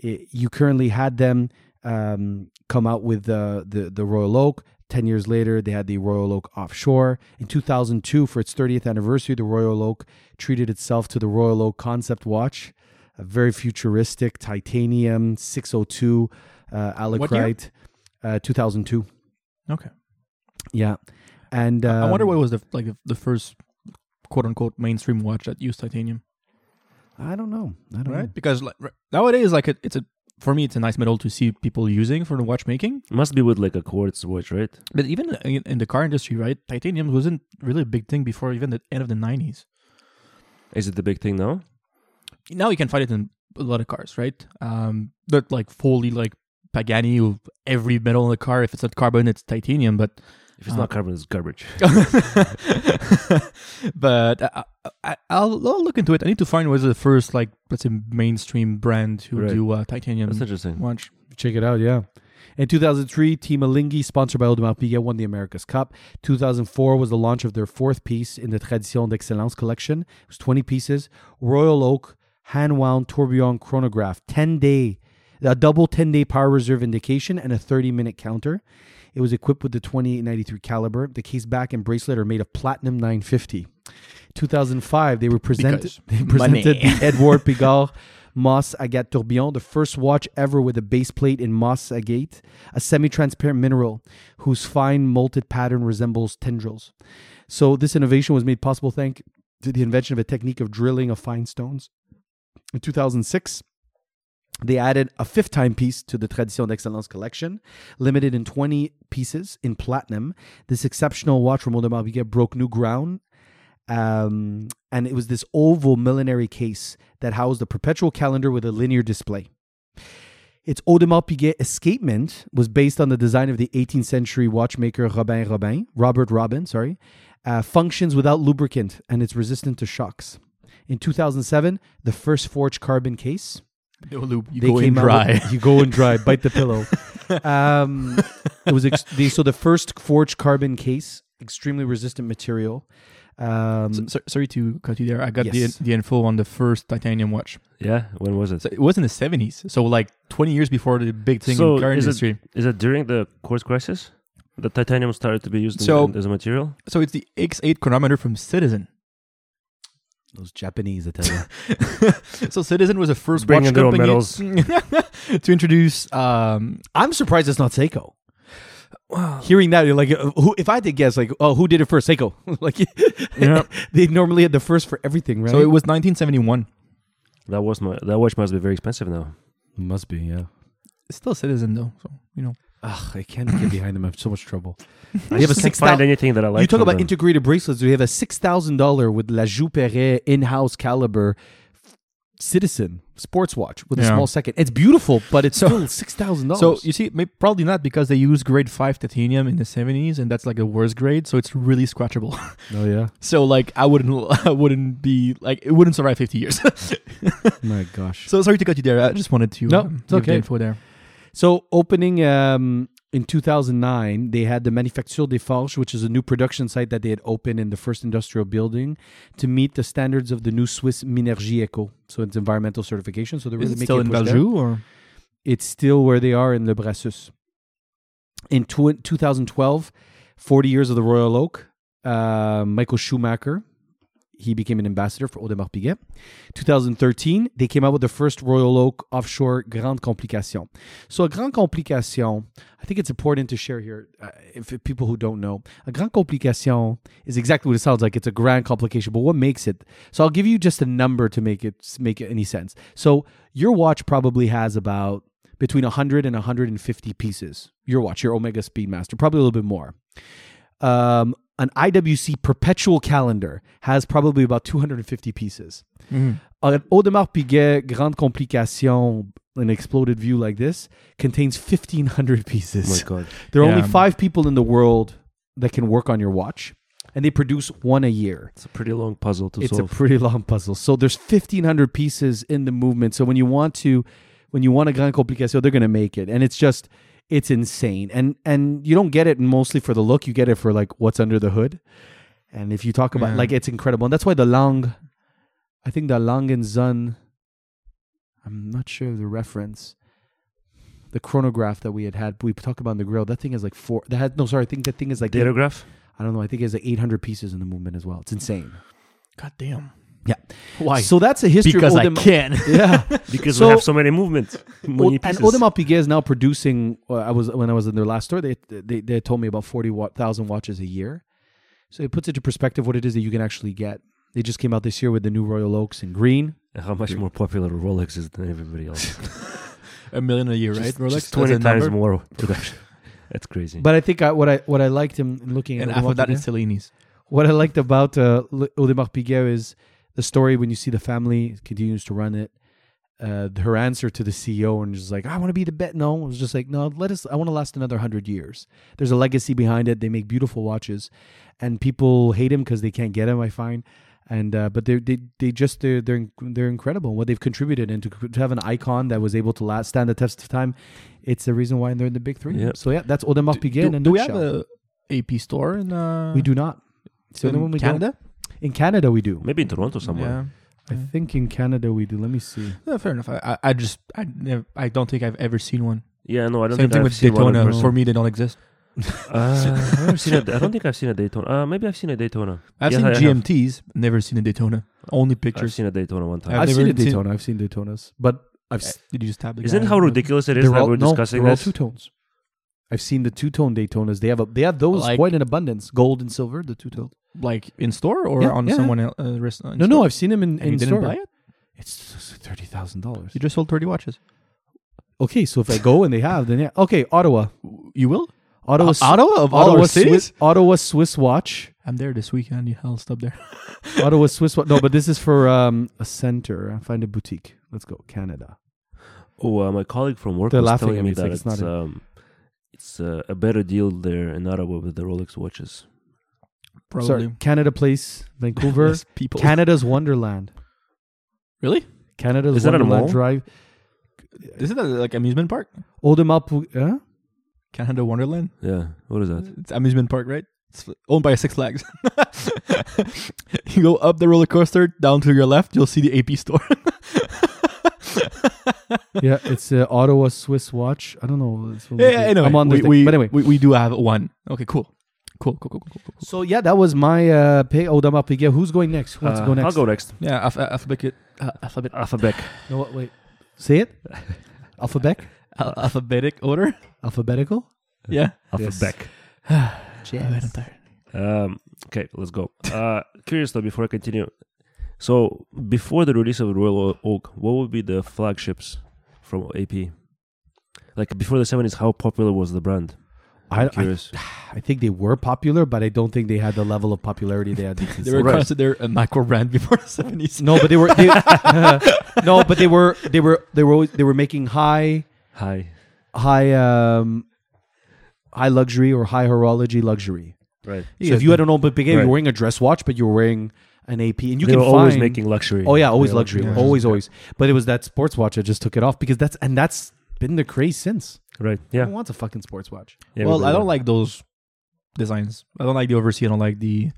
B: i you currently had them um, come out with the, the the Royal Oak. Ten years later, they had the Royal Oak Offshore. In 2002, for its 30th anniversary, the Royal Oak treated itself to the Royal Oak Concept Watch, a very futuristic titanium 602 uh,
C: year?
B: Alacrite, uh, 2002.
C: Okay.
B: Yeah, and um,
C: I wonder what was the like the, the first quote unquote mainstream watch that used titanium,
B: I don't know. I don't
C: right?
B: know.
C: Because like, r- nowadays, like it, it's a for me, it's a nice metal to see people using for the watchmaking.
D: Must be with like a quartz watch, right?
C: But even in, in the car industry, right, titanium wasn't really a big thing before even the end of the nineties.
D: Is it the big thing now?
C: Now you can find it in a lot of cars, right? Um, that like fully like Pagani, who- every metal in the car, if it's not carbon, it's titanium. But
D: If it's
C: Uh,
D: not carbon, it's garbage.
C: but uh, I, I, I'll, I'll look into it. I need to find was the first like let's say mainstream brand who
D: Right.
C: do uh, titanium
B: um,
D: That's interesting.
C: watch.
B: Check it out, yeah. In 2003, Team Alinghi, sponsored by Audemars Piguet, won the America's Cup. 2004 was the launch of their fourth piece in the Tradition d'Excellence collection. It was 20 pieces. Royal Oak hand-wound tourbillon chronograph, 10-day, a double 10-day power reserve indication and a 30-minute counter. It was equipped with the 2893 caliber. The case back and bracelet are made of platinum 950. 2005, they were presented.
C: Because
B: They presented
C: money.
B: the Edouard Pigard Moss Agate Tourbillon, the first watch ever with a base plate in Moss Agate, a semi-transparent mineral whose fine molted pattern resembles tendrils. So this innovation was made possible thanks to the invention of a technique of drilling of fine stones. In 2006, they added a fifth timepiece to the Tradition d'Excellence collection, limited in 20 pieces in platinum. This exceptional watch from Audemars Piguet broke new ground. Um, and it was this oval millinery case that housed a perpetual calendar with a linear display. Its Audemars Piguet escapement was based on the design of the 18th century watchmaker Robin Robin, Robert Robin, sorry, uh, functions without lubricant and it's resistant to shocks. In 2007, the first forged carbon case
C: No lube, you
B: they
C: go in
B: came out
C: dry.
B: with- you go in dry. bite the pillow. Um, it was ex- the, so the first forged carbon case, extremely resistant material. Um,
C: So- so- sorry to cut you there. I got
B: Yes.
C: the the info on the first titanium watch.
D: Yeah. When was it?
C: So it was in the seventies. So like twenty years before the big thing
D: So
C: in car
D: is it-
C: industry.
D: Is it during the quartz crisis that titanium started to be used in-
C: So-
D: in- as a material?
C: So it's the X8 chronometer from Citizen.
B: those Japanese, I tell you.
C: so Citizen was the first
D: Bringing
C: watch
D: their own
C: company to introduce. Um,
B: I'm surprised it's not Seiko. Hearing that, you're like, uh, who? If I had to guess, like, oh, who did it first? Seiko. like,
C: Yeah.
B: they normally had the first for everything, right?
C: So it was 1971.
D: That was my that watch must be very expensive now.
B: Must be, yeah.
C: It's still Citizen though, so you know.
B: Ugh, I can't get behind them. I have so much trouble.
D: I
B: You have
D: just
B: a
D: can't
B: six
D: find
B: thou-
D: anything that I like.
B: you talk
D: from
B: about
D: them.
B: integrated bracelets. We have a six thousand dollar with La Jouperet in-house caliber f- citizen sports watch with a
C: Yeah.
B: small second. It's beautiful, but it's
C: So-
B: still six thousand
C: So
B: dollars.
C: you see, may probably not because they used grade five titanium in the seventies, and that's like the worst grade, so it's really scratchable.
B: oh yeah,
C: so like, I wouldn't, I wouldn't be like, it wouldn't survive fifty years.
B: my gosh. So,
C: so sorry to cut you there. I just wanted to
B: No,
C: um,
B: it's
C: give the
B: okay.
C: info there.
B: opening um, in two thousand nine, they had the Manufacture des Forges, which is a new production site that they had opened in the first industrial building to meet the standards of the new Swiss Minergie Eco. So it's environmental certification. So they're
C: Is
B: really
C: it
B: making
C: still
B: a
C: in
B: push there.
C: Valjoux or
B: it's still where they are in Le Brassus. In tw- 2012, 40 years of the Royal Oak, uh, Michael Schumacher, he became an ambassador for Audemars Piguet. 2013, they came out with the first Royal Oak offshore Grande Complication. So a Grande Complication, I think it's important to share here, uh, if if people who don't know, a Grande Complication is exactly what it sounds like. It's a grand complication, but what makes it? So I'll give you just a number to make it make it any sense. So your watch probably has about between 100 and 150 pieces. Your watch, your Omega Speedmaster, probably a little bit more. Um, an IWC perpetual calendar has probably about 250 pieces. An Audemars Piguet Grande Complication, an exploded view like this, contains 1,500 pieces.
D: Oh my god.
B: There are only
C: Yeah.
B: five people in the world that can work on your watch, and they produce one a year.
D: It's a pretty long puzzle to
B: It's a
D: solve.
B: pretty long puzzle. So there's 1,500 pieces in the movement. So when you want to, when you want a Gran Complicación, they're going to make it, and it's just, it's insane. And and you don't get it mostly for the look. You get it for like what's under the hood. And if you talk about
D: Mm.
C: Yeah.
B: like it's incredible, and that's why the Lang, I think the Lang and Zun. I'm not sure of the reference. The chronograph that we had had we talked about on the grill. That thing is like four. That had, no, sorry. I think that thing is like eight-
D: Datograph.
B: I don't know. I think it's like 800 pieces in the movement as well. It's insane.
C: God damn.
B: Yeah.
C: Why?
B: So that's a history
C: because
B: of
C: I
B: Audemars.
C: can.
B: Yeah,
D: Because
B: So-
D: we have so many movements. Many
B: and
D: pieces.
B: Audemars Piguet is now producing. Uh, I was when I was in their last store. They they, they told me about forty wa- thousand watches a year. So it puts into perspective what it is that you can actually get. They just came out this year with the new Royal Oaks in green.
D: And How much more popular Rolex is than everybody else?
C: a million a year, right?
D: Just-
C: Rolex That's
D: just twenty
C: a
D: times
C: number.
D: more production. That's crazy.
B: But I think I, what I what I liked in in looking at
C: Mm. and half of
B: Audemars
C: that
B: Piguet-
C: is Cellini's.
B: what I liked about uh, L- Audemars Piguet is the story when you see the family continues to run it. Uh, her answer to the CEO and just like, I want to be the bet. No, it was just like, no, let us. I want to last another hundred years. There's a legacy behind it. They make beautiful watches, and people hate him because they can't get him. I find, and uh, but they they they just they're they're, in- they're incredible what they've contributed and to, to have an icon that was able to last stand the test of time. It's the reason why they're in the big three.
D: Yep.
B: So yeah, that's Audemars Piguet. in
C: do,
B: a
C: do we have
B: nutshell.
C: a AP store in? Uh,
B: We do not. It's the only
C: in
B: one we don't.
C: Canada.
B: In Canada, we do.
D: Maybe in Toronto somewhere.
C: Yeah.
B: I
C: Yeah.
B: think in Canada we do. Let me see.
C: No, fair enough. I, I, I just I never, I don't think I've ever seen one.
D: Yeah, no, I
C: Same
D: don't think
C: thing
D: I've
C: with
D: seen one in
C: Daytona.
D: person.
C: For me, they don't exist.
D: Uh, I've never seen a, I don't think I've seen a Daytona. Uh, maybe I've seen a Daytona.
C: I've
D: Yeah,
C: seen
D: I have.
C: GMTs, never seen a Daytona. Only
D: I've
C: pictures.
D: seen a Daytona one time.
C: I've
B: I've, seen
C: never
B: a
C: seen-
B: Daytona. I've seen Daytonas, but I've s-
C: Did you just tap the
D: Isn't
C: guy?
D: it how ridiculous it is
B: they're
D: that
B: all,
D: we're
B: no,
D: discussing
B: they're all
D: this?
B: two tones. I've seen the two tone Daytonas. They have a they have those
C: Like-
B: quite in abundance, gold and silver. The two tone.
C: Like in store or
B: Yeah,
C: on
B: yeah.
C: someone else? Uh, wrist,
B: No, no, I've seen them in,
C: and you
B: in
C: didn't
B: store.
C: buy it.
B: It's thirty thousand dollars.
C: You just sold thirty watches.
B: Okay, so if I go and they have, then yeah. Okay, Ottawa,
C: You will.
B: Ottawa,
C: Uh,
B: Swi-
C: Ottawa of all
B: Ottawa
C: our cities?
B: Swiss, Ottawa Swiss watch,
C: I'm there this weekend. You hell stop there.
B: Ottawa Swiss watch. No, but this is for um, a center. Find a boutique. Let's go Canada.
D: Oh, uh, my colleague from work
B: They're
D: was
B: laughing
D: telling
B: at me.
D: me
B: It's
D: that
B: like it's
D: it's,
B: not a-
D: um, it's uh, a better deal there in Ottawa with the Rolex watches.
C: Probably.
B: Sorry, Canada Place, Vancouver.
C: Less people.
B: Canada's Wonderland.
C: really?
B: Canada's
D: Is that at a
B: Wonderland
D: mall?
B: Drive.
C: Isn't that like amusement park?
B: Audemars Piguet. Huh?
C: Canada Wonderland.
D: Yeah, what is that?
C: It's amusement park, right? It's owned by Six Flags. you go up the roller coaster, down to your left, you'll see the AP store.
B: yeah, it's uh, Ottawa Swiss watch. I don't know. It's
C: yeah, yeah, anyway,
B: I'm on this.
C: we,
B: thing.
C: we,
B: but anyway,
C: we, we do have one. Okay, cool. Cool, cool, cool, cool, cool. cool.
B: so yeah, that was my uh, pay Audemars Piguet. Who's going next? Who wants
D: Uh,
B: to go next?
D: I'll go next.
C: Yeah, alph- uh, alphabet, uh, alphabet,
D: Alphabet.
B: No, what, wait. Say it. Alphabet.
C: al- alphabetic order.
B: Alphabetical.
C: Yeah.
D: Alphabet.
C: Oh, wait, I'm tired.
D: Um, okay, let's go. Uh, curious though, before I continue. So before the release of Royal O- Oak, what would be the flagships from AP? Like before the seventies, how popular was the brand?
B: I, I,
D: curious.
B: I think they were popular, but I don't think they had the level of popularity they had.
C: They were
A: Right.
C: considered a macro brand before the seventies.
B: no, but they were they, no, but they were they were they were always, they were making high
D: High,
B: high um high luxury or high horology luxury.
D: right?
B: So if you had an old Olympic game,
D: Right.
B: you're wearing a dress watch, but you're wearing an AP, and you
D: they
B: can
D: were always
B: find-
D: making luxury.
B: Oh yeah, always
D: They were-
B: luxury,
C: yeah.
B: always always. But it was that sports watch. I just took it off because that's and that's been the craze since.
D: right?
B: Who
D: Yeah.
B: wants a fucking sports watch?
D: yeah
C: well,
D: everybody
C: I don't
D: were.
C: like those designs. I don't like the oversea. I don't like the.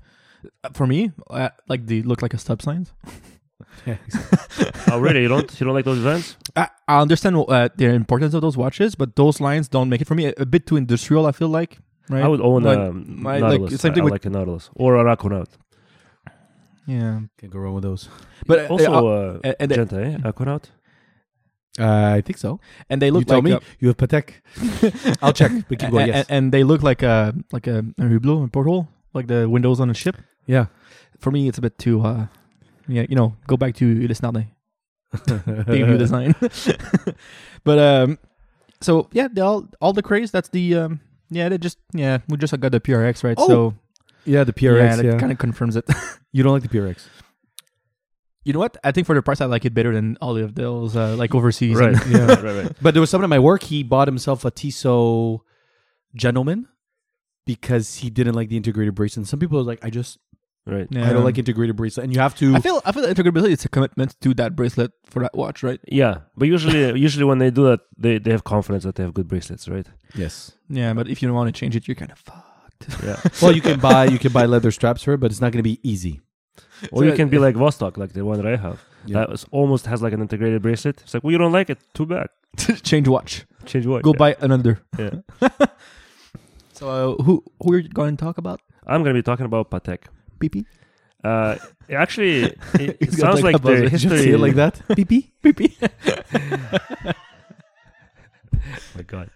C: uh, For me, I like the look like a stop sign.
D: Oh really? You don't? You don't like those designs?
C: I, I understand uh, the importance of those watches, but those lines don't make it for me. A, a bit too industrial, I feel like. Right?
D: I would own
C: Like,
D: a
C: my- like,
D: Nautilus.
C: same thing
D: I,
C: with-
D: like a Nautilus or a Aquanaut.
C: yeah,
B: Can't go wrong with those.
C: but also, uh,
D: also, uh,
C: and- and, they,
D: Genta, eh? Aquanaut.
B: Uh, I think so.
C: and they
B: You
C: look
B: tell
C: like
B: me
C: uh,
B: you have Patek. I'll check. But keep going.
C: and,
B: Yes.
C: and- and they look like a like a, a hublot, a porthole, like the windows on a ship.
B: yeah.
C: For me, it's a bit too. Uh, yeah, you know, go back to Ulysse Nardin. big view design. but um, so yeah, they all all the craze. That's the um, yeah. They just yeah, we just got the PRX right.
B: Oh,
C: so
B: yeah, the
C: yeah,
B: PRX. Yeah,
C: that kind of confirms it.
B: you don't like the PRX.
C: you know what? I think for the price, I like it better than all of those uh, like overseas.
D: Right.
C: and-
B: Yeah.
D: right. Right.
B: But there was someone at my work. He bought himself a Tissot gentleman because he didn't like the integrated bracelet. And some people are like, I just
D: Right.
C: yeah.
B: I don't like integrated bracelet, and you have to.
C: I feel I feel that integrability. It's a commitment to that bracelet for that watch, right?
D: Yeah, but usually, usually when they do that, they, they have confidence that they have good bracelets, right?
B: yes.
C: Yeah, but if you don't want to change it, you're kind of fucked.
D: Yeah.
B: Well, you can buy you can buy leather straps for it, but it's not going to be easy.
D: Or you can be like Vostok, like the one that I have.
B: Yeah.
D: That is, almost has like an integrated bracelet. It's like, well, you don't like it. Too bad.
C: change watch.
D: Change what?
C: Go
D: Yeah.
C: buy another.
D: Yeah.
C: So uh, who who are you going to talk about?
D: I'm gonna be talking about Patek.
C: PP
D: Uh, it actually, it, it
C: He's got
D: sounds
C: like
D: like,
C: a buzzer.
D: their
C: Did you
D: history.
B: See it like that? PP.
C: PP.
D: Oh my god.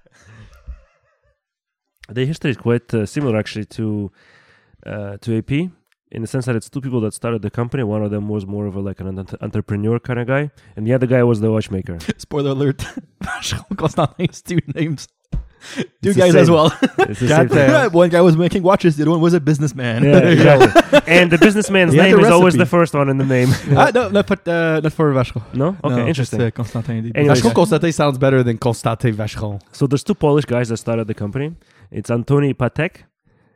D: Their history is quite uh, similar, actually, to uh, to AP in the sense that it's two people that started the company. One of them was more of a, like an entre- entrepreneur kind of guy, and the other guy was the watchmaker.
C: Spoiler alert. Vacheron Constantin is two names. Two
D: It's the
C: guys as
D: same.
C: well.
D: It's the same thing.
C: one guy was making watches, the other one was a businessman.
D: Yeah, exactly. and the businessman's
B: He had
D: name
B: the
D: is always
B: recipe.
D: the first one in the name.
C: Ah, no, not, for- uh, not for Vacheron.
D: No? Okay,
C: No,
D: interesting.
C: just, uh, Constantin. did.
D: Anyways.
B: Vacheron Constantin sounds better than Constantin Vacheron.
D: so there's two Polish guys that started the company. It's Antoni Patek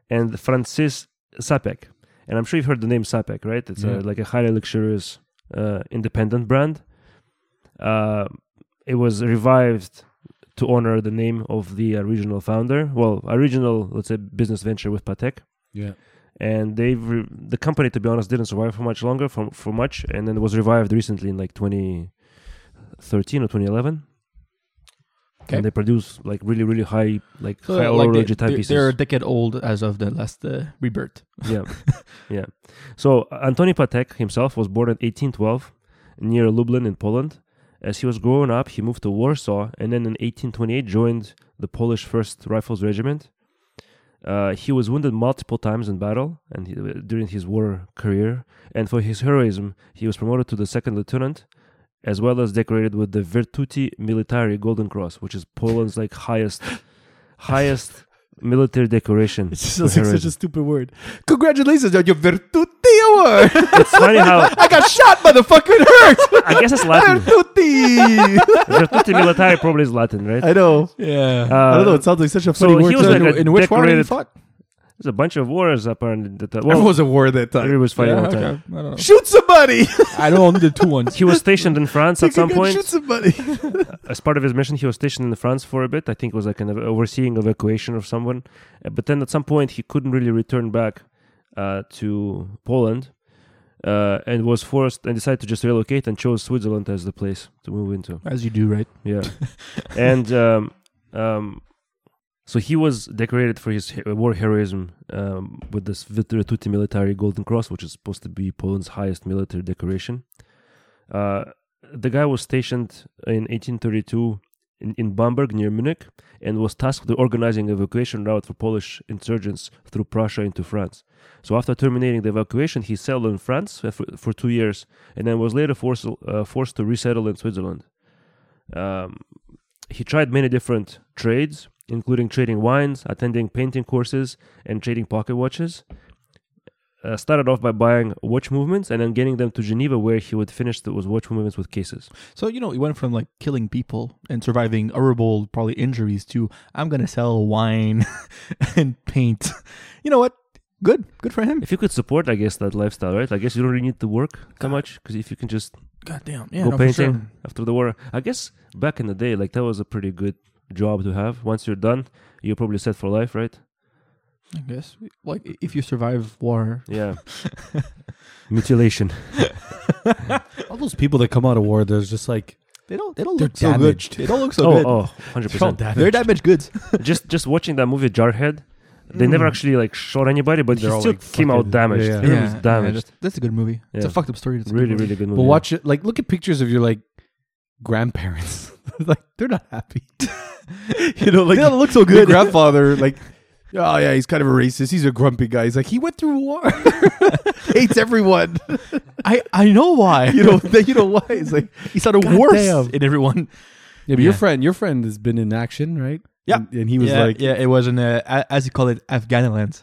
D: and Francis Sapek. And I'm sure you've heard the name Sapek, right? It's
B: Yeah.
D: a, like a highly luxurious uh, independent brand. Uh, it was revived to honor the name of the original founder. Well, original, let's say, business venture with Patek.
B: Yeah.
D: and they've re- the company to be honest didn't survive for much longer for, for much and then was revived recently in like 2013 or 2011
C: Okay.
D: and they produce like really really high like
C: So,
D: high
C: like,
D: horology
C: they,
D: type
C: they,
D: pieces
C: they're a decade old as of the last uh, rebirth.
D: yeah yeah so antoni patek himself was born in 1812 near lublin in poland as he was growing up he moved to warsaw and then in 1828 joined the polish first rifles regiment uh, he was wounded multiple times in battle and he, during his war career and for his heroism he was promoted to the second lieutenant as well as decorated with the virtuti militari golden cross which is poland's like highest highest military decoration
B: It just
D: for
B: sounds like such
D: heroism.
B: a stupid word. Congratulations on your Virtuti award.
D: it's funny how
B: I got shot, motherfucker. It hurt.
D: I guess it's Latin.
B: Virtuti.
D: Virtuti militari probably is Latin, right?
B: I know.
C: Yeah.
D: Uh,
B: I don't know. It sounds like such a
D: so
B: funny word.
D: he was
B: to-
D: like a
B: in, which war did he
D: decorated-
B: fought?
D: There's a bunch of wars apparently. That, uh,
B: There
D: well,
B: was a war that
D: it
B: time.
D: was fighting
C: Yeah,
D: all the time.
C: okay. I don't know.
B: Shoot somebody.
C: I know only the two ones.
D: He was stationed in France at some point.
B: Shoot somebody.
D: As part of his mission, he was stationed in France for a bit. I think it was like an ev- overseeing evacuation of someone. Uh, But then at some point, he couldn't really return back uh, to Poland uh, and was forced and decided to just relocate and chose Switzerland as the place to move into.
C: As you do, right?
D: Yeah. and um, um, so he was decorated for his he- war heroism um, with this Virtuti Militari Golden Cross, which is supposed to be Poland's highest military decoration. Uh, the guy was stationed in 1832 in, in Bamberg near Munich and was tasked with organizing evacuation route for Polish insurgents through Prussia into France. So after terminating the evacuation, he settled in France uh, for, for two years and then was later forced, uh, forced to resettle in Switzerland. Um, he tried many different trades, including trading wines, attending painting courses, and trading pocket watches. Uh, started off by buying watch movements and then getting them to Geneva, where he would finish those watch movements with cases.
C: So you know, he went from like killing people and surviving horrible, probably injuries to I'm gonna sell wine and paint. You know what? Good, good for him.
D: If you could support, I guess, that lifestyle, right? I guess you don't really need to work that much because if you can just
C: God damn, yeah,
D: go
C: no, for
D: painting
C: sure.
D: after the war, I guess back in the day, like that was a pretty good job to have. Once you're done, you're probably set for life, right?
C: I guess, like, if you survive war,
D: Yeah. Mutilation.
B: All those people that come out of war, there's just like
C: they don't, they don't
B: They're
C: look so good.
B: damaged.
C: They don't look so
D: oh,
C: good.
D: oh, 100%.
C: They're damaged goods.
D: just just watching that movie Jarhead, they never actually like shot anybody, but
B: They're
D: he
B: all,
D: still
B: Mm. like,
D: came out
B: fucking-
D: damaged.
B: yeah.
D: He was damaged.
C: Mm. that's, that's a good movie. It's a
D: Yeah.
C: fucked up story. It's a good
D: really,
C: movie.
D: really good movie.
B: But watch it. Like, look at pictures of your like grandparents. like, they're not happy. you know, like
C: They don't look so
B: your
C: good.
B: grandfather. Like, oh yeah, he's kind of a racist. He's a grumpy guy. He's like, he went through war, hates everyone.
C: I, I know why.
B: You know, then you know why? It's like,
C: he sounded
B: God
C: worse
B: damn.
C: in everyone.
B: yeah, but
C: your
B: your friend, your friend has been in action, right?
C: Yeah.
B: and, he was
C: yeah,
B: like,
C: yeah, it was in uh, a- as you call it, Afghaniland.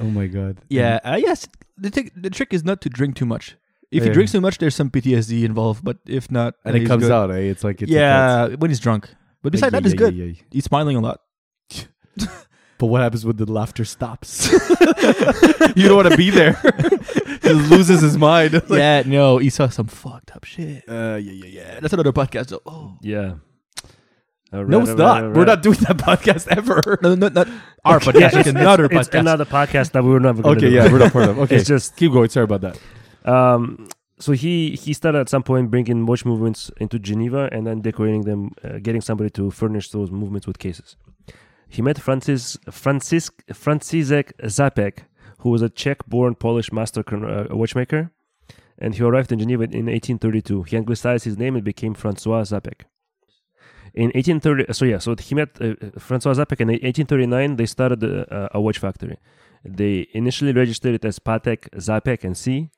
B: oh my god,
C: Yeah, uh, yes. The thing, the trick is not to drink too much. If
B: Yeah.
C: you drink too much, there's some PTSD involved. But if not,
B: and it
C: he's
B: comes
C: good.
B: out. Eh? It's like it's
C: yeah, when he's drunk. But besides that, it's good. He's smiling a lot.
B: But what happens when the laughter stops? you don't want to be there. he loses his mind. Like,
C: yeah, no, he saw some fucked up shit.
B: Uh, yeah, yeah, yeah.
C: Yeah, that's another podcast. Though. Oh.
D: Yeah. All
B: No,
D: right,
B: it's
D: all right,
B: not.
D: all
B: We're
D: right.
B: not doing that podcast ever.
C: No, no, not our
D: Okay,
C: podcast.
D: it's,
C: like another
D: it's- it's
C: podcast.
D: another podcast that we were never going to
B: Okay, yeah, we're not part of. Okay,
D: It's just
B: keep going. Sorry about that.
D: um, so he he started at some point bringing watch movements into Geneva and then decorating them, uh, getting somebody to furnish those movements with cases. He met Francis Francis Franciszek Zapek, who was a Czech-born Polish master con- uh, watchmaker, and he arrived in Geneva in 1832. He anglicized his name and became Francois Zapek. In 1830, so yeah, so he met uh, Francois Zapek in 1839. They started uh, a watch factory. They initially registered it as Patek Zapek and C,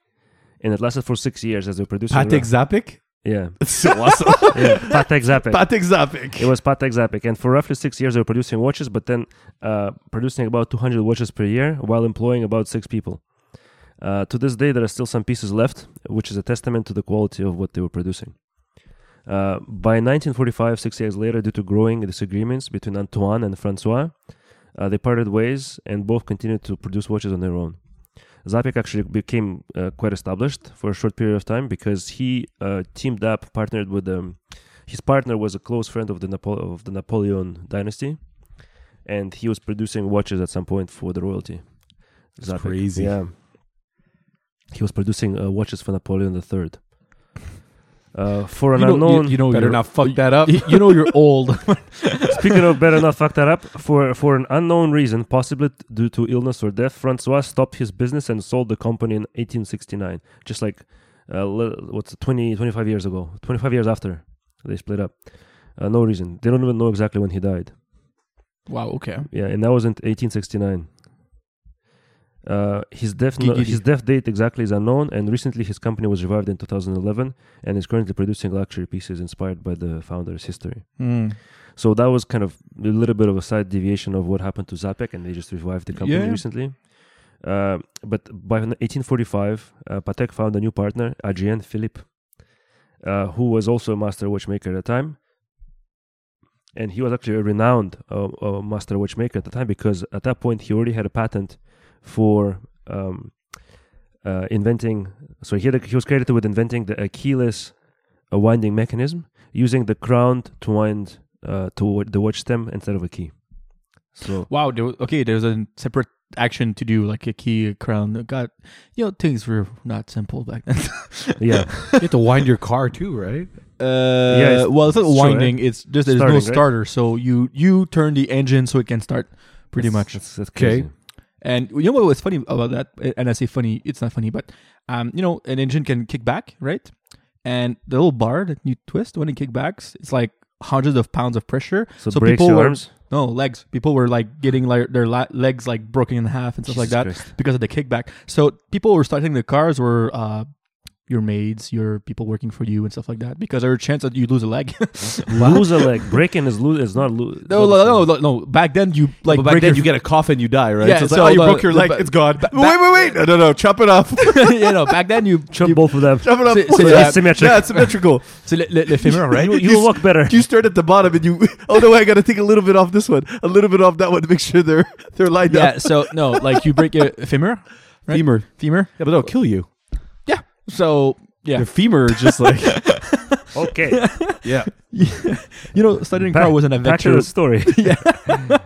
D: and it lasted for six years as a producer.
B: Patek Zapik.
D: yeah,
B: It's so awesome.
D: yeah, Patek Zapek.
B: Patek
D: It
B: Zapik.
D: was Patek Zapek, and for roughly six years they were producing watches, but then uh, producing about 200 watches per year while employing about six people. Uh, to this day, there are still some pieces left, which is a testament to the quality of what they were producing. Uh, by 1945, six years later, due to growing disagreements between Antoine and Francois, uh, they parted ways and both continued to produce watches on their own. Zapek actually became uh, quite established for a short period of time because he uh, teamed up, partnered with um, his partner was a close friend of the Napo- of the Napoleon dynasty, and he was producing watches at some point for the royalty. That's
B: crazy.
D: Yeah, he was producing uh, watches for Napoleon III. Uh, for an
C: You know-
D: unknown,
C: you know,
B: Better
C: you're-
B: not fuck that up.
C: you you know you're old.
D: Speaking of better not fuck that up, for for an unknown reason, possibly t- due to illness or death, Francois stopped his business and sold the company in 1869. Just like uh, le- what's 20 25 years ago, 25 years after they split up. Uh, no reason. They don't even know exactly when he died.
C: wow. Okay.
D: Yeah, and that was in 1869. Uh, his death no,
C: Gigiri.
D: his death date exactly is unknown, and recently his company was revived in 2011 and is currently producing luxury pieces inspired by the founder's history.
C: Hmm.
D: So that was kind of a little bit of a side deviation of what happened to Zapek, and they just revived the company
C: Yeah.
D: recently. Uh, but by 1845, uh, Patek found a new partner, Adrien Philippe, uh, who was also a master watchmaker at the time. And he was actually a renowned uh, uh, master watchmaker at the time because at that point he already had a patent for um, uh, inventing. So he, had a, he was credited with inventing the a keyless uh, winding mechanism using the crown to wind uh, to wa- the watch stem instead of a key. So
C: Wow. There was, okay. There's a separate action to do, like a key, a crown. God, you know, things were not simple back then.
D: yeah,
B: you have to wind your car too, right?
C: Uh,
D: Yeah, it's-
C: well, it's not
D: it's true,
C: winding. It's just there's
D: Starting,
C: no
D: right?
C: starter, so you you turn the engine so it can start, pretty
D: That's-
C: much.
D: that's- that's
B: Okay.
D: crazy.
C: And you know what was funny about that? Uh, And I say funny, it's not funny, but um, you know, an engine can kick back, right? And the little bar that you twist when it kick backs, it's like hundreds of pounds of pressure.
D: So, breaks your
C: were
D: arms.
C: no legs. People were like getting like their la- legs like broken in half and stuff like
D: Jesus
C: that
D: Christ.
C: because of the kickback. So people were starting the cars were uh, your maids, your people working for you and stuff like that because there were a chance that you lose a leg.
D: Lose a leg. Breaking is lose. Is not lose.
C: no, no, no, no, no. Back then you like
B: but back
C: break
B: then, you
C: your-
B: get a cough and you die, right?
C: Yeah,
B: it's
C: so
B: like,
C: you
B: oh, the-
C: broke your
B: the-
C: leg, it's gone.
B: Ba- wait, wait, wait! No, no, no! Chop it off! Chop
C: you know back then you
D: Chop both of them.
B: it off!
C: C'est- c'est
B: Yeah,
C: la-
D: symmetric.
B: Yeah, it's symmetrical.
C: so le, le, le femur right.
D: You, you walk better.
B: you start at the bottom and you. Oh no! I got to take a little bit off this one, a little bit off that one to make sure they're they're lined
C: yeah.
B: up.
C: So no, like you break your femur, right?
B: Femur.
C: femur.
B: Yeah, but it'll kill you.
C: Yeah. So yeah,
B: Your femur is just like
D: Okay.
B: yeah.
C: you know, studying
D: Back-
C: car was an
D: Back
C: adventure.
D: to the story.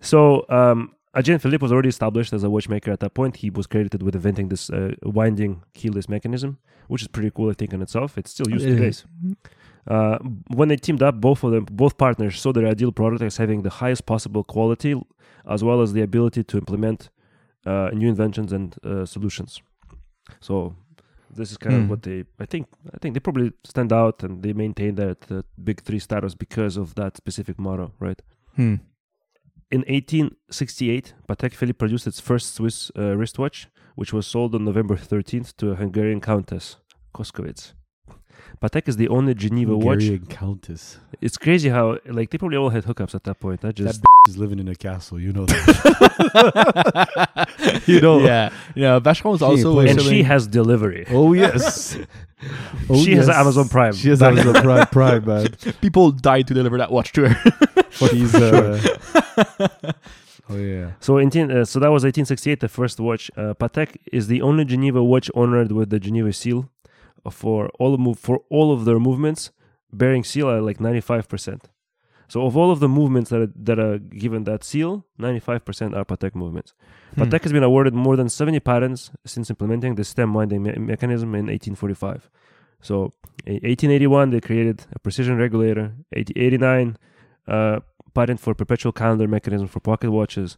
D: so, um, Ajahn Philippe was already established as a watchmaker at that point. He was credited with inventing this uh, winding keyless mechanism, which is pretty cool, I think, in itself. It's still used
C: It
D: today.
C: is. Mm-hmm.
D: Uh, when they teamed up, both of them, both partners, saw their ideal product as having the highest possible quality, as well as the ability to implement uh, new inventions and uh, solutions. So, this is kind
C: Hmm.
D: of what they. I think. I think they probably stand out and they maintain that uh, big three status because of that specific motto, right?
C: Hmm.
D: In 1868, Patek Philippe produced its first Swiss uh, wristwatch, which was sold on November 13th to a Hungarian countess, Koskowitz. Patek is the only Geneva watch.
B: Hungarian countess.
D: It's crazy how, like, they probably all had hookups at that point. I just,
B: That is living in a castle. You know that.
D: you know.
C: Yeah. You know, Vacheron was
B: Gee,
C: also.
B: please.
D: And she
C: selling-
D: has delivery.
B: oh yes. Oh,
D: She has Amazon Prime.
B: She has Amazon Prime, Prime man.
C: people died to deliver that watch to her.
B: She's, uh, oh yeah.
D: So, 18, uh, so that was 1868, the first watch. Uh, Patek is the only Geneva watch honored with the Geneva seal for all of move for all of their movements, bearing seal at like 95%. So of all of the movements that are, that are given that seal, 95% are Patek movements.
C: Hmm.
D: Patek has been awarded more than 70 patents since implementing the stem winding me- mechanism in 1845. So in 1881 they created a precision regulator, 1889 uh, patent for perpetual calendar mechanism for pocket watches,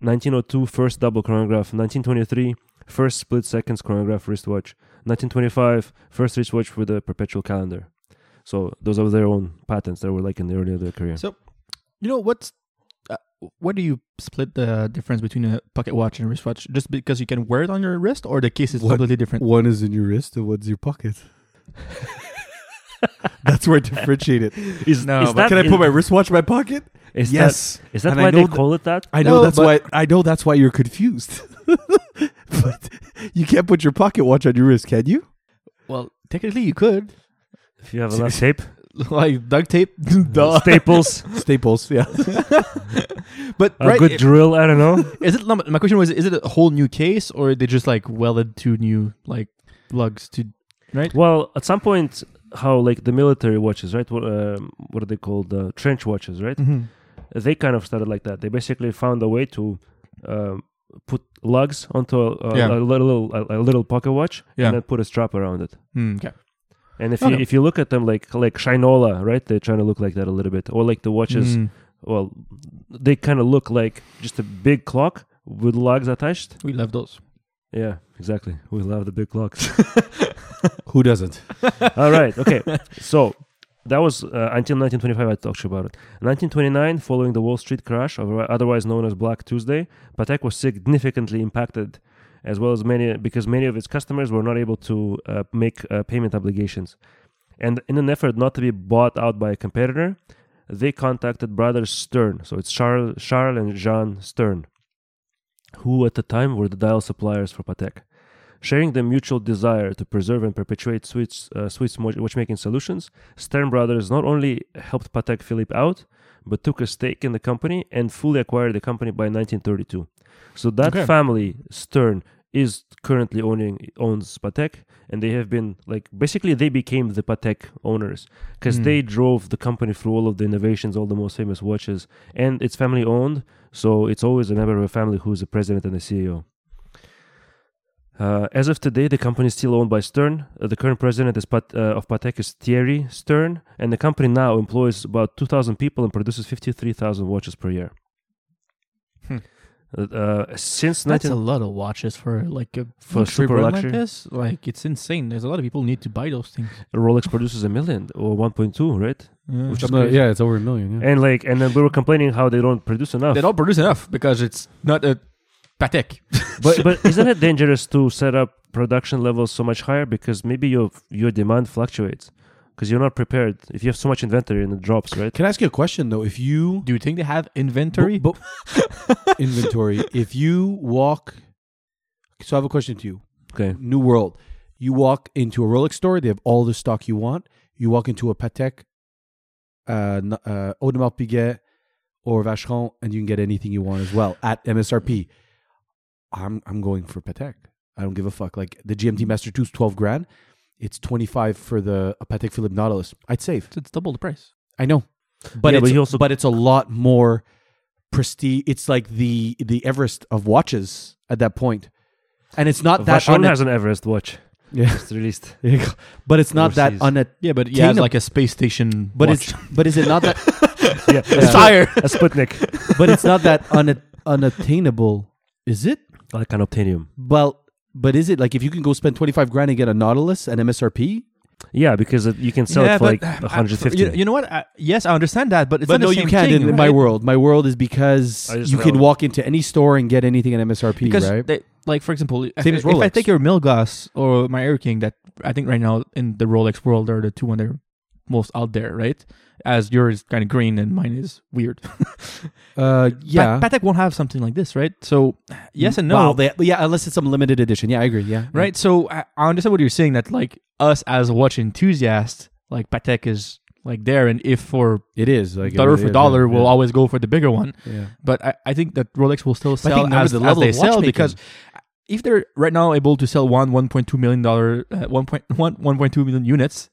D: 1902 first double chronograph 1923 first split seconds chronograph wristwatch 1925 first wristwatch with a perpetual calendar so those are their own patents that were like in the early of their career
C: So, you know what's uh, what do you split the difference between a pocket watch and a wristwatch? Just because you can wear it on your wrist, or the case is
B: What?
C: completely different?
B: One is in your wrist and one's your pocket. That's where I differentiate it.
D: is,
C: No,
D: is
C: but-
D: that
B: Can I
D: in-
B: put my wristwatch in my pocket?
D: is
B: yes.
D: that, is that
B: And
D: why
B: I
D: they
B: know th-
D: call it that
B: I know
C: No,
B: that's why I know that's why you're confused. but you can't put your pocket watch on your wrist, can you?
C: Well, technically you could,
D: if you have enough tape
C: like duct tape, duh.
D: staples
B: Staples, yeah.
C: But
D: a
C: right,
D: good
C: i-
D: drill i don't know
C: is it? no, My question was: Is it a whole new case, or they just like welded two new like lugs to?
D: well at some point how like the military watches right what, um, what are they called uh, trench watches right they kind of started like that. They basically found a way to um, put lugs onto a, a,
C: Yeah.
D: a little a, a little pocket watch
C: Yeah.
D: and then put a strap around it.
C: Hmm, okay.
D: And if you
C: Okay.
D: if you look at them like like Shinola, right? They're trying to look like that a little bit, or like the watches.
C: Hmm.
D: Well, they kind of look like just a big clock with lugs attached.
C: we love those.
D: Yeah, exactly. We love the big clocks.
B: Who doesn't?
D: All right. Okay. So that was uh, until 1925. I talked to you about it. 1929, following the Wall Street crash, or otherwise known as Black Tuesday, Patek was significantly impacted, as well as many because many of its customers were not able to uh, make uh, payment obligations, and in an effort not to be bought out by a competitor, they contacted brothers Stern. So it's Charles, Charles and Jean Stern, who at the time were the dial suppliers for Patek sharing the mutual desire to preserve and perpetuate Swiss, uh, Swiss watch- watchmaking solutions, Stern Brothers not only helped Patek Philippe out, but took a stake in the company and fully acquired the company by 1932. So that
C: Okay.
D: family, Stern, is currently owning owns Patek, and they have been like basically they became the Patek owners because
C: Hmm.
D: they drove the company through all of the innovations, all the most famous watches, and it's family owned. So it's always a member of a family who's the president and the CEO. Uh, as of today, the company is still owned by Stern. Uh, the current president is Pat, uh, of Patek is Thierry Stern, and the company now employs about 2,000 people and produces 53,000 watches per year.
C: Hmm.
D: Uh, since
C: That's
D: 19-
C: a lot of watches for like a
D: For
C: luxury
D: super
C: brand
D: luxury.
C: like this. Like it's insane. There's a lot of people need to buy those things.
D: Rolex produces a million or 1.2, right?
C: Yeah.
D: Which is
B: No,
D: crazy.
B: yeah, it's over a million. Yeah.
D: And like, and then we were complaining how they don't produce enough.
C: Mm-hmm. They don't produce enough because it's not a Patek.
D: but but isn't it dangerous to set up production levels so much higher because maybe your your demand fluctuates because you're not prepared if you have so much inventory and it drops, right?
B: Can I ask you a question though? If you
C: Do you think they have inventory?
B: Bu- bu- inventory. If you walk, so I have a question to you.
D: Okay,
B: New World. You walk into a Rolex store; they have all the stock you want. You walk into a Patek, uh, n- uh, Audemars Piguet, or Vacheron, and you can get anything you want as well at MSRP. I'm I'm going for Patek. I don't give a fuck. Like the GMT Master Two is twelve grand. It's twenty five for the a Patek Philippe Nautilus. I'd save.
C: it's, it's double the price.
B: I know, but
D: Yeah, but
B: it's but,
D: you also-
B: it's a lot more prestige. It's like the the Everest of watches at that point, and it's not that.
D: Vacheron
B: una-
D: has an Everest watch
B: yeah,
D: just released.
B: but it's not that
D: Overseas.
B: una-
C: Yeah, but
B: yeah,
C: yeah,
B: it's
C: like a space station.
B: But it's but is it not that?
D: Yeah,
B: Yeah.
C: higher.
D: a Sputnik,
B: but it's not that una- unattainable, is it?
D: like an Optanium.
B: Well, but is it like if you can go spend twenty five grand and get a Nautilus and MSRP?
D: Yeah, because it, you can sell it for like 150.
C: uh, You, you know what? I, yes, I understand that, but it's
B: but
C: not
B: no,
C: the
B: you
C: same
B: can
C: thing,
B: in my
C: right?
B: world. My world is because
D: I just
B: you can
D: know.
B: walk into any store and get anything at MSRP,
C: because
B: right?
C: they, like for example, if,
B: Same as
C: if I
B: Rolex.
C: take your Milgauss or my Air King, that I think right now in the Rolex world are the two one that are most out there, right? As yours kind of green and mine is weird.
B: uh, yeah.
C: Pa- Patek won't have something like this, right? So yes and no,
B: Wow, they- yeah, unless it's some limited edition. Yeah, I agree. Yeah,
C: right? So I, I understand what you're saying that like us as watch enthusiasts, like Patek is like there, and if for
B: It is like it
C: dollar
B: really
C: for
B: is,
C: dollar,
B: yeah,
C: we'll
B: yeah.
C: always go for the bigger one.
B: Yeah.
C: But I, I think that Rolex will still
B: I
C: sell
B: think now
C: as,
B: the
C: as
B: level
C: they
B: of
C: sell
B: watchmaking-
C: because if they're right now able to sell one one point two million dollar uh, one point one one point two million units,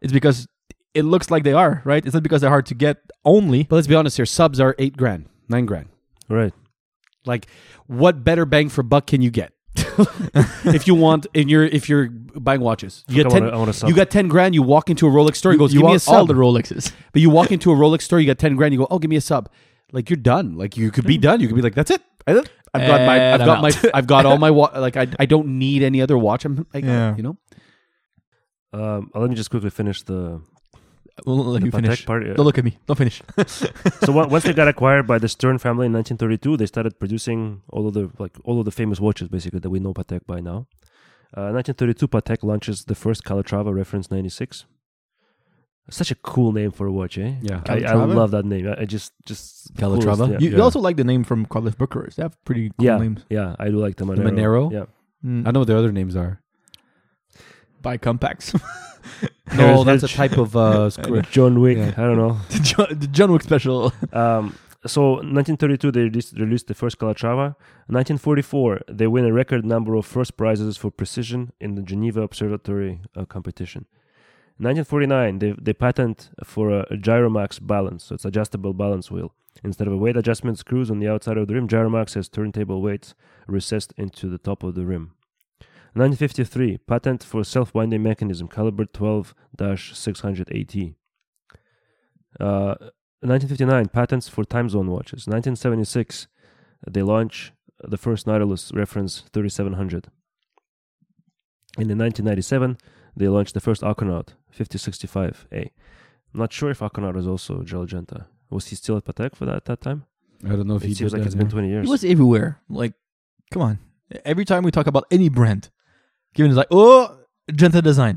C: it's because it looks like they are right. It's not because they're hard to get only.
B: But let's be honest here. Subs are eight grand, nine grand.
D: right.
B: Like, what better bang for buck can you get? if you want, in your if you're buying watches, you got
D: Fuck, I
B: ten.
D: wanna- I wanna sub.
B: you got ten grand. You walk into a Rolex store, and goes,
C: you
B: "Give me
C: want
B: a sub."
C: all the Rolexes.
B: but you walk into a Rolex store, you got ten grand. You go, "Oh, give me a sub." Like you're done. Like you could be done. You could be like, "That's it. I, I've got my. I've
C: And I'm
B: got my.
C: out.
B: I've got all my. Wa- like I. I don't need any other watch. I'm like,
C: Yeah.
B: you know.
D: Um, let me just quickly finish the,
C: Well, let
D: the
C: me
D: Patek
C: finish.
D: part. yeah.
C: Don't look at me. Don't finish.
D: so on- once they got acquired by the Stern family in 1932, they started producing all of the like all of the famous watches basically that we know Patek by now. Uh, 1932, Patek launches the first Calatrava Reference 96. Such a cool name for a watch, eh?
B: Yeah.
D: I, I
C: Calatrava?
D: love that name. I, I just just the
B: Calatrava?
D: coolest, Yeah,
C: You,
D: yeah.
C: you also like the name from Carlos Bucharest. They have pretty cool
D: yeah,
C: names.
D: yeah, I do like the Monero.
B: Monero?
D: Yeah,
C: Mm.
B: I don't know what their other names are.
C: By compacts.
B: No,
D: Heritage.
B: that's a type of uh, screw.
D: John Wick.
B: Yeah.
D: I don't know.
C: the John, the John Wick special.
D: Um, so 1932 they released, released the first Calatrava. 1944 they win a record number of first prizes for precision in the Geneva Observatory uh, competition. 1949 they they patent for a, a Gyromax balance, so it's adjustable balance wheel. Instead of a weight adjustment screws on the outside of the rim, Gyromax has turntable weights recessed into the top of the rim. 1953 patent for self-winding mechanism caliber 12-600 AT. Uh, 1959 patents for time zone watches 1976 they launch the first nautilus reference 3700 and in 1997 they launched the first aquanaut 5065a i'm not sure if aquanaut is also Joel Genta. was he still at patek for that at that time
B: I don't know if he
D: it seems
B: did
D: like
B: that,
D: it's
B: yeah.
D: been 20 years
C: He was everywhere. Like, come on. Every time we talk about any brand, Kevin is like, oh, Genta Design.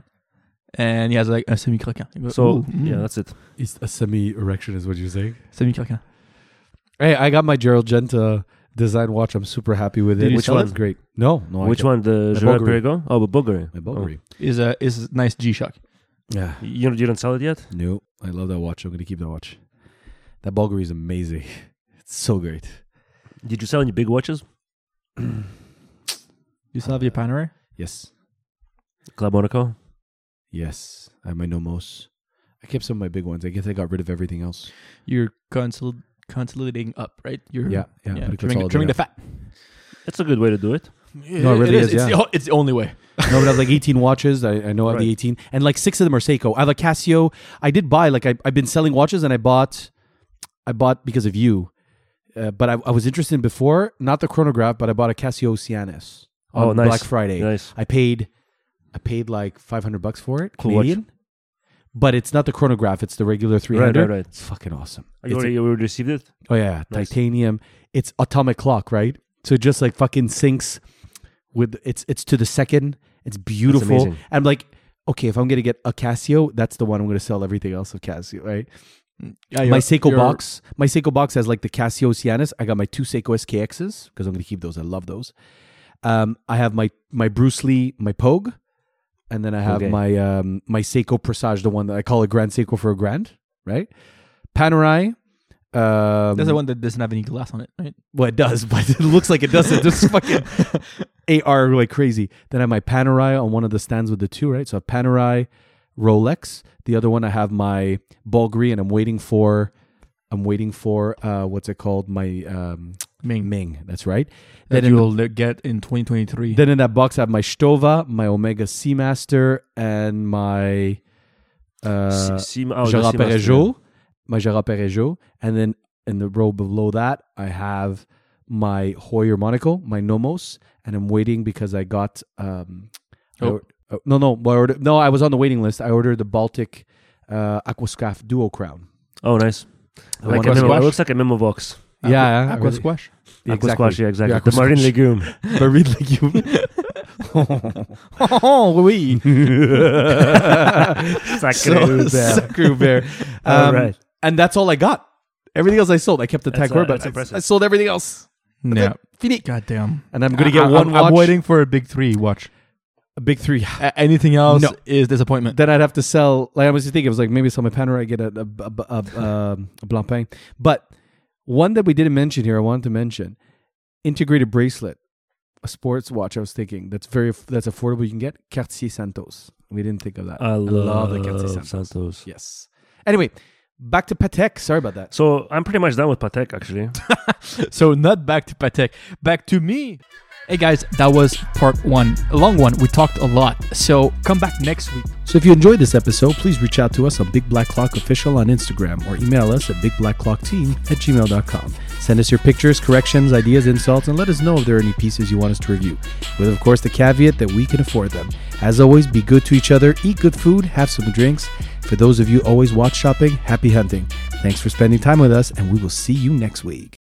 C: And he mm, has like a semi croquant.
D: so
B: hmm.
D: yeah that's it
B: It's a semi erection, is what you're saying.
C: semi croquant.
B: Hey, I got my Gerald Genta design watch. I'm super happy with
C: Did
B: it.
C: you
B: Which
C: sell
B: one's
C: it?
B: great? No, no. I
D: which
B: don't.
D: one the
B: My
D: Gerard
B: Bulgari.
D: Perregaux? oh but bulgari
B: My
D: oh.
B: Bulgari.
C: Is a is a nice G Shock.
B: Yeah.
D: you, you don't sell it yet
B: No, I love that watch. I'm gonna keep that watch. That Bulgari is amazing. It's so great.
D: did you sell any big watches
C: You still have your Panerai?
B: Yes.
D: club monaco
B: Yes. I have my Nomos. I kept some of my big ones. I guess I got rid of everything else.
C: You're consolid- consolidating up, right? You're
B: Yeah, yeah. pretty
C: trimming,
B: consolidated.
C: trimming the fat.
D: that's a good way to do it
B: No, it really is,
C: It's,
B: yeah.
C: the, o- it's the only way.
B: No, but I have like 18 watches. I, I know I have the
D: Right.
B: 18. And like six of them are Seiko. I have a Casio. I did buy, like, I, I've been selling watches and I bought, I bought because of you, uh, but I, I was interested in before, not the chronograph, but I bought a Casio Oceanus on
D: Oh, nice.
B: Black Friday.
D: Nice.
B: I paid, I paid like five hundred bucks for it,
D: Cool watch.
B: Canadian. But it's not the chronograph; it's the regular three hundred.
D: right.
B: It's fucking awesome.
D: You
B: It's-
D: already, you already received it?
B: oh yeah,
D: Nice.
B: titanium. It's atomic clock, right? So it just like fucking syncs with it's it's to the second. It's beautiful.
D: amazing.
B: And I'm like, okay, if I'm gonna get a Casio, that's the one I'm gonna sell everything else of Casio, right?
C: Yeah,
B: my
C: you're-
B: Seiko
C: you're-
B: box, my Seiko box has like the Casio Oceanus. I got my two Seiko SKXs because I'm gonna keep those. I love those. Um, I have my my Bruce Lee, my Pogue, and then I have
D: Okay.
B: my um, my Seiko Presage, the one that I call a Grand Seiko for a grand, right? Panerai. Um,
C: That's the one that doesn't have any glass on it, right?
B: Well, it does, but it looks like it doesn't. Just fucking AR like crazy. Then I have my Panerai on one of the stands with the two, right? So I have Panerai, Rolex. The other one I have my Bulgari, and I'm waiting for, I'm waiting for uh, what's it called? My um,
C: Ming.
B: Ming. That's right.
C: That
B: Then in,
C: you will get in 2023.
B: then in that box I have my Stova, my Omega Seamaster, and my uh,
D: Sim- oh,
B: Gerard
D: the Sim Master,
B: Perregaux, my Gerard Perregaux, and then in the row below that, I have my Hoyer Monaco, my Nomos, and I'm waiting because I got um, I
C: Oh.
B: or- oh, no, no, I ordered, no, I was on the waiting list. I ordered the Baltic uh, Aquascaf Duo Crown.
D: yeah. Oh, nice.
B: I
D: Like
B: want
D: a
B: to-
D: memo, it
C: squash.
D: looks like a memo box.
B: yeah, yeah, I
C: aqua
B: really-
C: squash.
B: yeah,
D: Aqua squash, yeah, exactly.
B: Yeah,
D: the
B: aqua
D: marine
B: squash.
D: legume.
B: Buried legume.
C: oh, oui.
D: Sacre
B: Sacre Hubert.
D: All
B: Um,
D: right.
B: And that's all I got. Everything else I sold. I kept the
D: That's,
B: tag
D: uh,
B: word,
D: that's
B: but I-
D: impressive.
B: I sold everything else.
C: Yeah.
B: Fini.
C: Goddamn.
B: And I'm gonna get one
C: I'm,
B: watch.
C: I'm waiting for a big three watch.
B: a big three.
C: A- anything else
B: No.
C: is disappointment.
B: then I'd have to sell. Like I was thinking, it was like maybe sell my Panerai, get a a, a, a, um, a blanc pain. But one that we didn't mention here, I wanted to mention integrated bracelet, a sports watch. I was thinking that's very that's affordable. You can get Cartier Santos. We didn't think of that.
D: I love,
B: the Kelsey
D: Santos.
B: Santos. Yes. Anyway, back to Patek. Sorry about that.
D: So I'm pretty much done with Patek, actually.
C: So not back to Patek, back to me. Hey guys, that was part one, a long one. We talked a lot. So come back next week.
B: So if you enjoyed this episode, please reach out to us on Big Black Clock Official on Instagram or email us at bigblackclockteam at gmail.com. Send us your pictures, corrections, ideas, insults, and let us know if there are any pieces you want us to review, with of course the caveat that we can afford them. As always, be good to each other, eat good food, have some drinks. For those of you always watch shopping, happy hunting. Thanks for spending time with us, and we will see you next week.